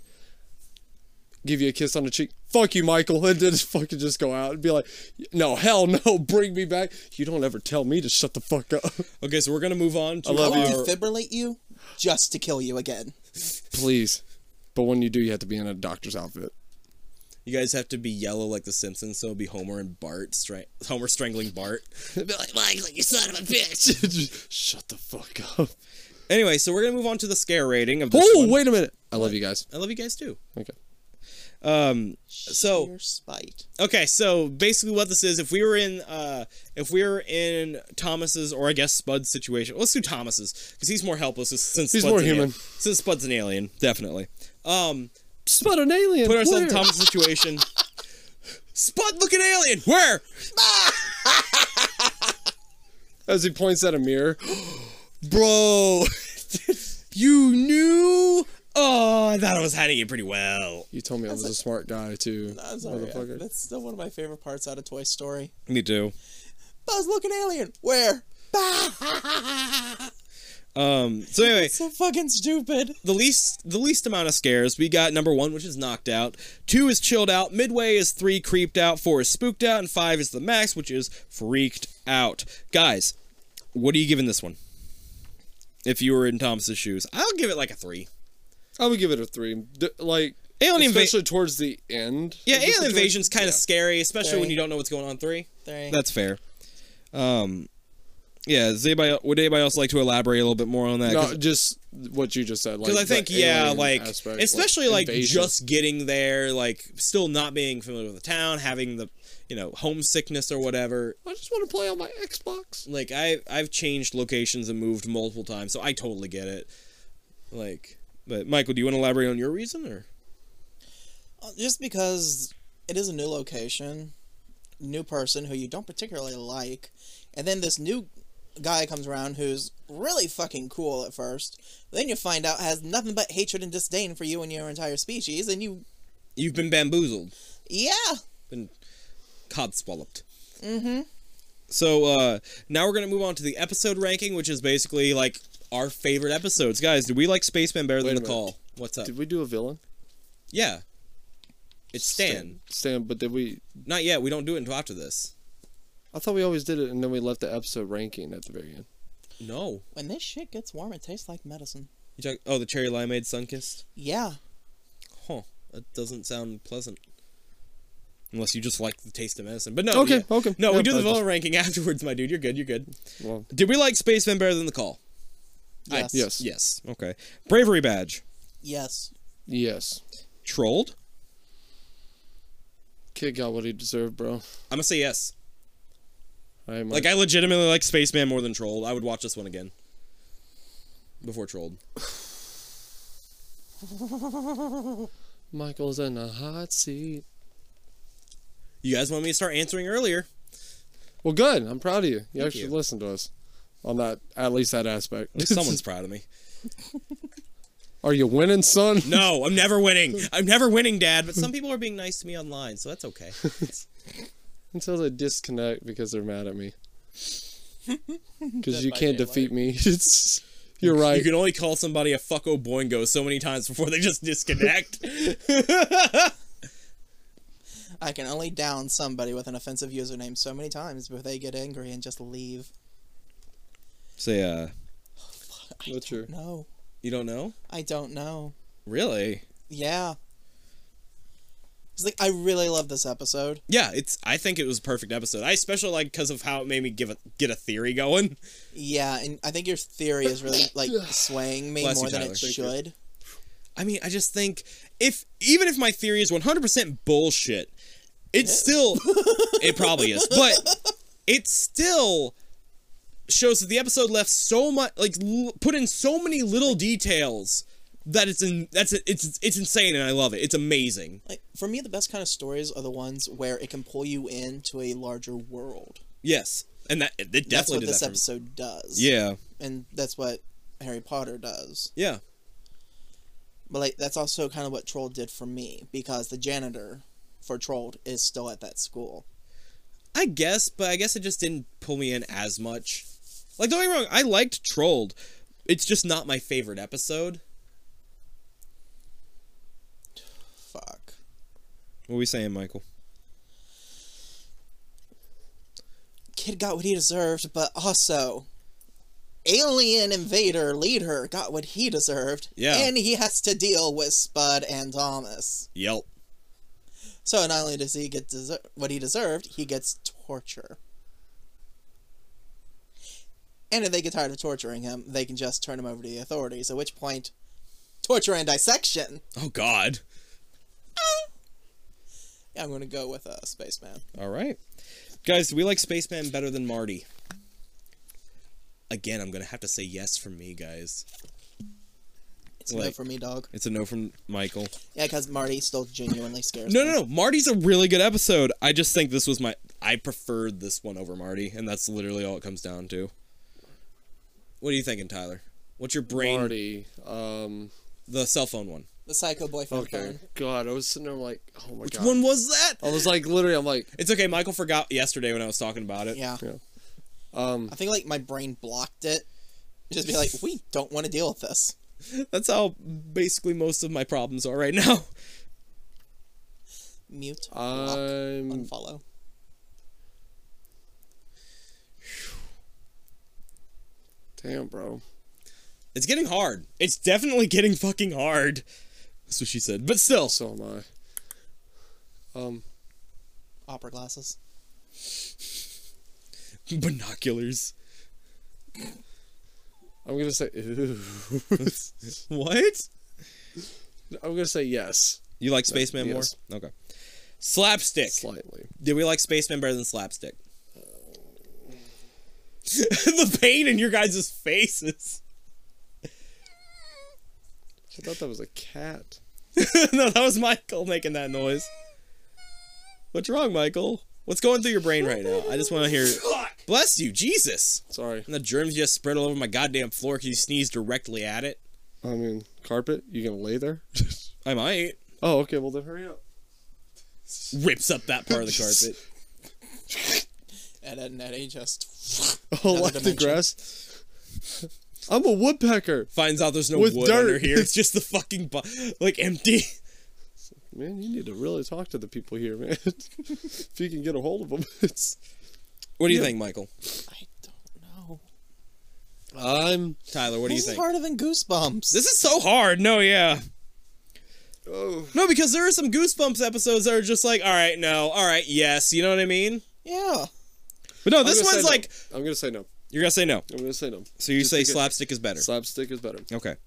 [SPEAKER 3] Give you a kiss on the cheek. Fuck you, Michael. And then just fucking just go out and be like, no, hell no, bring me back. You don't ever tell me to shut the fuck up.
[SPEAKER 2] Okay, so we're gonna move on to
[SPEAKER 3] I love
[SPEAKER 4] I will
[SPEAKER 2] our-
[SPEAKER 3] you.
[SPEAKER 4] defibrillate you just to kill you again.
[SPEAKER 3] Please. But when you do, you have to be in a doctor's outfit.
[SPEAKER 2] You guys have to be yellow like the Simpsons, so it'll be Homer and Bart, strang- Homer strangling Bart.
[SPEAKER 3] Be like, Michael, you son of a bitch. Just shut the fuck up.
[SPEAKER 2] Anyway, so we're gonna move on to the scare rating of this
[SPEAKER 3] Oh,
[SPEAKER 2] one.
[SPEAKER 3] wait a minute. I love you guys.
[SPEAKER 2] I love you guys too.
[SPEAKER 3] Okay.
[SPEAKER 2] Um, so
[SPEAKER 4] Sheer spite.
[SPEAKER 2] okay, so basically, what this is, if we were in, uh, if we were in Thomas's or I guess Spud's situation, let's do Thomas's because he's more helpless since
[SPEAKER 3] He's
[SPEAKER 2] Spud's
[SPEAKER 3] more
[SPEAKER 2] an al-
[SPEAKER 3] human.
[SPEAKER 2] since Spud's an alien, definitely. Um,
[SPEAKER 3] Spud an alien.
[SPEAKER 2] put ourselves in
[SPEAKER 3] Where?
[SPEAKER 2] Thomas's situation. Spud, look at alien. Where?
[SPEAKER 3] As he points at a mirror.
[SPEAKER 2] bro you knew oh i thought i was hiding it pretty well
[SPEAKER 3] You told me I was a smart guy too.
[SPEAKER 4] I'm sorry.
[SPEAKER 3] motherfucker.
[SPEAKER 4] That's still one of my favorite parts out of Toy Story.
[SPEAKER 2] me too
[SPEAKER 4] Buzz, look an alien. Where?
[SPEAKER 2] um so anyway
[SPEAKER 4] So fucking stupid.
[SPEAKER 2] the least the least amount of scares we got number one which is knocked out two is chilled out midway is three creeped out four is spooked out and five is the max which is freaked out guys what are you giving this one if you were in thomas's shoes i'll give it like a three
[SPEAKER 3] I would give it a three. D- like
[SPEAKER 2] Alien inva-
[SPEAKER 3] especially towards the end.
[SPEAKER 2] yeah
[SPEAKER 3] of the
[SPEAKER 2] alien
[SPEAKER 3] situation.
[SPEAKER 2] invasion's kind of scary especially when
[SPEAKER 4] Three.
[SPEAKER 2] you don't know what's going on three
[SPEAKER 4] Three.
[SPEAKER 2] That's fair. Um, yeah. Does anybody, would anybody else like to elaborate a little bit more on that?
[SPEAKER 3] No,
[SPEAKER 2] Because
[SPEAKER 3] just what you just said. Like
[SPEAKER 2] I
[SPEAKER 3] the
[SPEAKER 2] think yeah,
[SPEAKER 3] alien
[SPEAKER 2] like
[SPEAKER 3] aspect,
[SPEAKER 2] especially like,
[SPEAKER 3] invasion.
[SPEAKER 2] just getting there, like still not being familiar with the town, having the you know homesickness or whatever.
[SPEAKER 3] I just want to play on my Xbox.
[SPEAKER 2] Like I I've changed locations and moved multiple times, so I totally get it. Like, but Michael, do you want to elaborate on your reason or?
[SPEAKER 4] Uh, Just because it is a new location, new person who you don't particularly like, and then this new guy comes around who's really fucking cool at first. Then you find out has nothing but hatred and disdain for you and your entire species, and you,
[SPEAKER 2] You've been bamboozled.
[SPEAKER 4] yeah,
[SPEAKER 2] been cod swallowed. Mm-hmm. So uh, now we're gonna move on to the episode ranking, which is basically like our favorite episodes. Guys, do we like Spaceman better
[SPEAKER 3] Wait
[SPEAKER 2] than
[SPEAKER 3] a
[SPEAKER 2] the
[SPEAKER 3] minute.
[SPEAKER 2] call? What's up?
[SPEAKER 3] Did we do a villain?
[SPEAKER 2] yeah, it's Stan.
[SPEAKER 3] Stan, but did we?
[SPEAKER 2] Not yet. We don't do it until after this.
[SPEAKER 3] I thought we always did it, and then we left the episode ranking at the very end.
[SPEAKER 2] No.
[SPEAKER 4] When this shit gets warm, it tastes like medicine.
[SPEAKER 2] You talk- oh, the cherry limeade sunkissed.
[SPEAKER 4] Yeah.
[SPEAKER 2] Huh. That doesn't sound pleasant. Unless you just like the taste of medicine, but no.
[SPEAKER 3] Okay,
[SPEAKER 2] yeah.
[SPEAKER 3] okay.
[SPEAKER 2] No, we
[SPEAKER 3] Yeah,
[SPEAKER 2] do the
[SPEAKER 3] I
[SPEAKER 2] villain
[SPEAKER 3] just-
[SPEAKER 2] ranking afterwards, my dude. You're good. You're good.
[SPEAKER 3] Well,
[SPEAKER 2] Did we like Spaceman better than the call? I-
[SPEAKER 4] Yes.
[SPEAKER 3] yes,
[SPEAKER 2] Yes. Okay. Bravery badge.
[SPEAKER 4] Yes.
[SPEAKER 3] yes.
[SPEAKER 2] Trolled.
[SPEAKER 3] Kid got what he deserved, bro.
[SPEAKER 2] I'm gonna say yes.
[SPEAKER 3] All right,
[SPEAKER 2] Like
[SPEAKER 3] Mike.
[SPEAKER 2] I legitimately like Spaceman more than Trolled. I would watch this one again. Before Trolled.
[SPEAKER 3] Michael's in a hot seat.
[SPEAKER 2] You guys want me to start answering earlier.
[SPEAKER 3] Well, good. I'm proud of you. You actually
[SPEAKER 2] you.
[SPEAKER 3] listened to us on that, at least that aspect.
[SPEAKER 2] Someone's proud of me.
[SPEAKER 3] Are you winning, son?
[SPEAKER 2] No, I'm never winning. I'm never winning, Dad, but some people are being nice to me online, so that's okay.
[SPEAKER 3] Until they disconnect because they're mad at me. Because you
[SPEAKER 4] by
[SPEAKER 3] can't
[SPEAKER 4] daylight.
[SPEAKER 3] defeat me. It's you're right.
[SPEAKER 2] You can only call somebody a fucko boingo so many times before they just disconnect.
[SPEAKER 4] I can only down somebody with an offensive username so many times before they get angry and just leave.
[SPEAKER 2] so yeah.
[SPEAKER 4] I
[SPEAKER 3] What's
[SPEAKER 4] don't
[SPEAKER 3] your-
[SPEAKER 4] know.
[SPEAKER 2] You don't know?
[SPEAKER 4] I don't know.
[SPEAKER 2] Really?
[SPEAKER 4] Yeah. It's like I really love this episode.
[SPEAKER 2] Yeah, it's I think it was a perfect episode. I especially like because of how it made me give a get a theory going.
[SPEAKER 4] Yeah, and I think your theory is really like swaying me
[SPEAKER 2] Bless you,
[SPEAKER 4] more than
[SPEAKER 2] Tyler.
[SPEAKER 4] it
[SPEAKER 2] Thank you.
[SPEAKER 4] should.
[SPEAKER 2] I mean, I just think if even if my theory is 100% bullshit, it's still it probably is, but it still shows that the episode left so much like l- put in so many little details that it's in that's it's it's insane and I love it. It's amazing.
[SPEAKER 4] Like for me, the best kind of stories are the ones where it can pull you into a larger world.
[SPEAKER 2] Yes. And that it definitely
[SPEAKER 4] That's what
[SPEAKER 2] did
[SPEAKER 4] this
[SPEAKER 2] that for me.
[SPEAKER 4] episode does.
[SPEAKER 2] Yeah.
[SPEAKER 4] and that's what Harry Potter does.
[SPEAKER 2] Yeah.
[SPEAKER 4] But like that's also kind of what Troll did for me because the janitor for Troll is still at that school.
[SPEAKER 2] I guess, but I guess it just didn't pull me in as much. Like don't get me wrong, I liked Trolled. It's just not my favorite episode.
[SPEAKER 4] Fuck.
[SPEAKER 2] What are we saying, Michael?
[SPEAKER 4] Kid got what he deserved, but also alien invader leader got what he deserved.
[SPEAKER 2] Yeah.
[SPEAKER 4] And he has to deal with Spud and Thomas.
[SPEAKER 2] Yelp.
[SPEAKER 4] So not only does he get deser- what he deserved, he gets torture. And if they get tired of torturing him, they can just turn him over to the authorities. At which point, torture and dissection.
[SPEAKER 2] Oh God.
[SPEAKER 4] I'm going to go with uh, Spaceman.
[SPEAKER 2] All right. Guys, do we like Spaceman better than Marty? Again, I'm going to have to say yes from me, guys.
[SPEAKER 4] It's no
[SPEAKER 2] Like-
[SPEAKER 4] for me, dog.
[SPEAKER 2] It's a no from Michael.
[SPEAKER 4] Yeah, because Marty still genuinely scares
[SPEAKER 2] No,
[SPEAKER 4] me.
[SPEAKER 2] no, no. Marty's a really good episode. I just think this was my. I preferred this one over Marty, and that's literally all it comes down to. What are you thinking, Tyler? What's your brain?
[SPEAKER 3] Marty. Um,
[SPEAKER 2] The cell phone one.
[SPEAKER 4] The psycho boyfriend.
[SPEAKER 3] okay.
[SPEAKER 4] Fern.
[SPEAKER 3] God, I was sitting there like, oh my
[SPEAKER 2] Which
[SPEAKER 3] god.
[SPEAKER 2] one was that?
[SPEAKER 3] I was like, literally, I'm like,
[SPEAKER 2] It's okay. Michael forgot yesterday when I was talking about it.
[SPEAKER 4] Yeah.
[SPEAKER 3] yeah. Um,
[SPEAKER 4] I think like my brain blocked it. Just be like, we don't want to deal with this.
[SPEAKER 2] That's how basically most of my problems are right now.
[SPEAKER 4] Mute, block,
[SPEAKER 3] Um, I'm
[SPEAKER 4] unfollow.
[SPEAKER 3] damn, bro.
[SPEAKER 2] It's getting hard. It's definitely getting fucking hard. That's what she said. But still,
[SPEAKER 3] So am I. Um,
[SPEAKER 4] Opera glasses.
[SPEAKER 2] binoculars.
[SPEAKER 3] I'm gonna say,
[SPEAKER 2] What?
[SPEAKER 3] I'm gonna say yes,
[SPEAKER 2] You like Spaceman
[SPEAKER 3] Yes.
[SPEAKER 2] more? Okay. Slapstick.
[SPEAKER 3] slightly.
[SPEAKER 2] Did we like Spaceman better than Slapstick? the pain in your guys' faces.
[SPEAKER 3] I thought that was a cat.
[SPEAKER 2] no, that was Michael making that noise. What's wrong, Michael? What's going through your brain right now? I just want to hear. Bless you, Jesus.
[SPEAKER 3] Sorry.
[SPEAKER 2] And the germs just spread all over my goddamn floor because you sneezed directly at it.
[SPEAKER 3] I mean, carpet. You gonna lay there?
[SPEAKER 2] I might.
[SPEAKER 3] oh, okay. Well, then hurry up.
[SPEAKER 2] Rips up that part of the carpet.
[SPEAKER 4] Ed, Ed, and Eddie just.
[SPEAKER 3] Oh,
[SPEAKER 4] Another
[SPEAKER 3] like the
[SPEAKER 4] dimension.
[SPEAKER 3] grass. I'm a woodpecker.
[SPEAKER 2] Finds out there's no
[SPEAKER 3] With
[SPEAKER 2] wood
[SPEAKER 3] dirt.
[SPEAKER 2] under here. It's just the fucking bo- like empty.
[SPEAKER 3] Man, you need to really talk to the people here, man. if you can get a hold of them, it's.
[SPEAKER 2] What do you think, Michael?
[SPEAKER 4] I don't know.
[SPEAKER 3] I'm.
[SPEAKER 2] Tyler, what do you
[SPEAKER 4] This is
[SPEAKER 2] think?
[SPEAKER 4] harder than Goosebumps.
[SPEAKER 2] This is so hard. No, yeah.
[SPEAKER 3] Oh.
[SPEAKER 2] No, because there are some Goosebumps episodes that are just like, all right, no, all right, yes. You know what I mean?
[SPEAKER 4] yeah.
[SPEAKER 2] But no,
[SPEAKER 3] I'm
[SPEAKER 2] this
[SPEAKER 3] gonna say
[SPEAKER 2] one's
[SPEAKER 3] no.
[SPEAKER 2] like,
[SPEAKER 3] I'm gonna say no.
[SPEAKER 2] you're going to say no.
[SPEAKER 3] I'm gonna say no.
[SPEAKER 2] So you
[SPEAKER 3] Just
[SPEAKER 2] say
[SPEAKER 3] because-
[SPEAKER 2] slapstick is better.
[SPEAKER 3] Slapstick is better.
[SPEAKER 2] okay.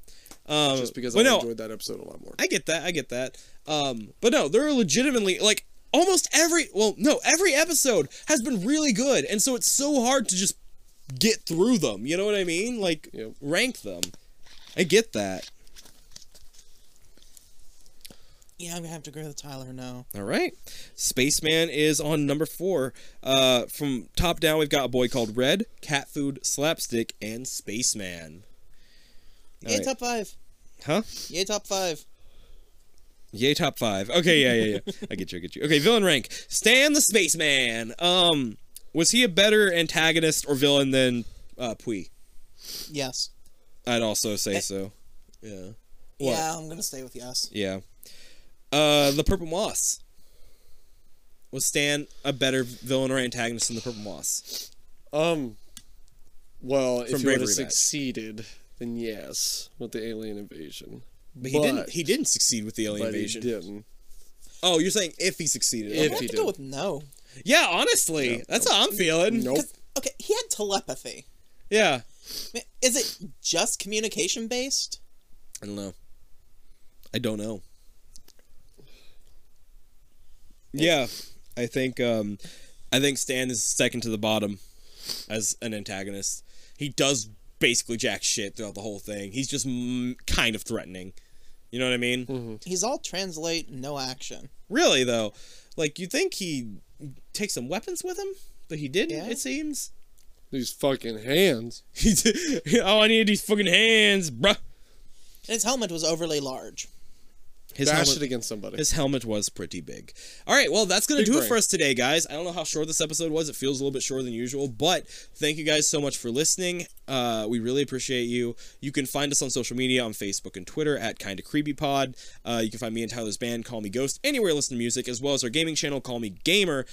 [SPEAKER 2] Um,
[SPEAKER 3] Just because
[SPEAKER 2] but
[SPEAKER 3] I
[SPEAKER 2] no,
[SPEAKER 3] enjoyed that episode a lot more.
[SPEAKER 2] I get that. I get that. Um, but no, there are legitimately, like, almost every, well, no, every episode has been really good. And so it's so hard to just get through them. You know what I mean? Like,
[SPEAKER 3] Yep.
[SPEAKER 2] rank them. I get that.
[SPEAKER 4] Yeah, I'm going to have to agree with Tyler now.
[SPEAKER 2] All right. Spaceman is on number four. Uh, from top down, we've got a boy called Red, Cat Food, Slapstick, and Spaceman.
[SPEAKER 4] Yay,
[SPEAKER 2] Alright.
[SPEAKER 4] top five.
[SPEAKER 2] Huh?
[SPEAKER 4] Yay, top five.
[SPEAKER 2] Yay, top five. Okay, yeah, yeah, yeah. I get you, I get you. Okay, villain rank. Stan the Spaceman. Um, was he a better antagonist or villain than uh, Pui?
[SPEAKER 4] Yes.
[SPEAKER 2] I'd also say
[SPEAKER 4] Eh.
[SPEAKER 2] so. Yeah.
[SPEAKER 4] Yeah, I'm going to stay with yes.
[SPEAKER 2] Yeah. Uh, the Purple Moss. Was Stan a better villain or antagonist than the Purple Moss?
[SPEAKER 3] Um, well,
[SPEAKER 2] From
[SPEAKER 3] if you would
[SPEAKER 2] Bravery
[SPEAKER 3] have
[SPEAKER 2] Badge.
[SPEAKER 3] succeeded, then yes, with the alien invasion.
[SPEAKER 2] But he didn't. He didn't succeed with the alien
[SPEAKER 3] But he
[SPEAKER 2] invasion.
[SPEAKER 3] didn't.
[SPEAKER 2] Oh, you're saying if he succeeded?
[SPEAKER 3] If
[SPEAKER 4] I'm going to
[SPEAKER 3] he
[SPEAKER 4] have to go
[SPEAKER 3] did.
[SPEAKER 4] with no.
[SPEAKER 2] Yeah, honestly, that's how I'm feeling.
[SPEAKER 3] Nope.
[SPEAKER 4] 'Cause- Okay, he had telepathy.
[SPEAKER 2] Yeah.
[SPEAKER 4] I mean, Is it just communication based?
[SPEAKER 2] I don't know. I don't know. Yeah, I think um, I think Stan is second to the bottom as an antagonist. He does basically jack shit throughout the whole thing. He's just mm, kind of threatening. You know what I mean?
[SPEAKER 4] He's all translate, no action.
[SPEAKER 2] Really though, like you think he takes some weapons with him, but he didn't.
[SPEAKER 4] Yeah.
[SPEAKER 2] It seems.
[SPEAKER 3] These fucking hands.
[SPEAKER 2] He did- oh, I need these fucking hands, bruh.
[SPEAKER 4] And his helmet was overly large.
[SPEAKER 2] His
[SPEAKER 3] Bash
[SPEAKER 2] helmet-
[SPEAKER 3] it against somebody.
[SPEAKER 2] His helmet was pretty big. All right, well, that's going to
[SPEAKER 3] Big
[SPEAKER 2] do it
[SPEAKER 3] brain.
[SPEAKER 2] for us today, guys. I don't know how short this episode was. It feels a little bit shorter than usual, but thank you guys so much for listening. Uh, we really appreciate you. You can find us on social media on Facebook and Twitter at Kinda Creepy Pod. Uh, you can find me and Tyler's band, Call Me Ghost, anywhere you listen to music, as well as our gaming channel, Call Me Gamer,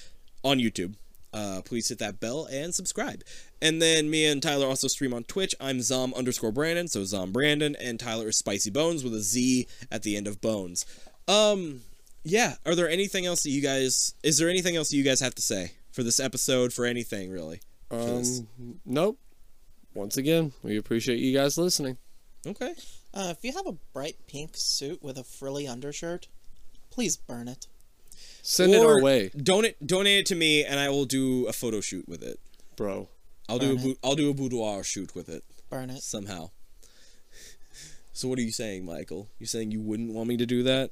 [SPEAKER 2] on YouTube. Uh, please hit that bell and subscribe. And then me and Tyler also stream on Twitch. I'm Zom underscore Brandon, so Zom Brandon, and Tyler is Spicy Bones with a Z at the end of Bones. Um, yeah. Are there anything else that you guys? Is there anything else that you guys have to say for this episode? For anything really? For this?
[SPEAKER 3] Um, nope. Once again, we appreciate you guys listening.
[SPEAKER 2] Okay.
[SPEAKER 4] Uh, if you have a bright pink suit with a frilly undershirt, please burn it.
[SPEAKER 3] Send it our
[SPEAKER 2] Or
[SPEAKER 3] way,
[SPEAKER 2] Donate donate it to me, and I will do a photo shoot with it.
[SPEAKER 3] bro.
[SPEAKER 2] I'll do a
[SPEAKER 4] Burn
[SPEAKER 2] bou- I'll do a boudoir shoot with it
[SPEAKER 4] Burn it.
[SPEAKER 2] somehow. So what are you saying, Michael? You saying you wouldn't want me to do that?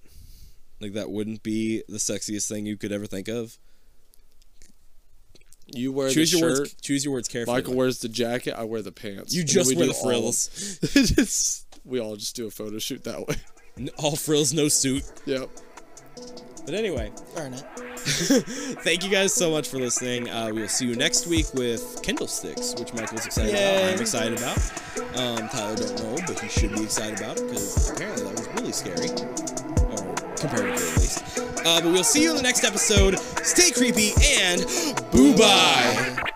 [SPEAKER 2] Like that wouldn't be the sexiest thing you could ever think of.
[SPEAKER 3] You wear
[SPEAKER 2] Choose
[SPEAKER 3] the
[SPEAKER 2] your
[SPEAKER 3] shirt.
[SPEAKER 2] words. Choose your words carefully.
[SPEAKER 3] Michael wears the jacket. I wear the pants.
[SPEAKER 2] you
[SPEAKER 3] And then
[SPEAKER 2] just
[SPEAKER 3] we
[SPEAKER 2] wear
[SPEAKER 3] do
[SPEAKER 2] the frills.
[SPEAKER 3] All, It's- we all just do a photo shoot that way.
[SPEAKER 2] N- All frills, no suit.
[SPEAKER 3] yep.
[SPEAKER 2] But anyway,
[SPEAKER 4] Burn it.
[SPEAKER 2] thank you guys so much for listening. Uh, we will see you next week with Kindle Sticks, which Michael's excited about.
[SPEAKER 4] Yay.
[SPEAKER 2] I'm excited about. Um, Tyler don't know, but he should be excited about it because apparently that was really scary, or comparatively at least. Uh, but we'll see you in the next episode. Stay creepy and boo bye.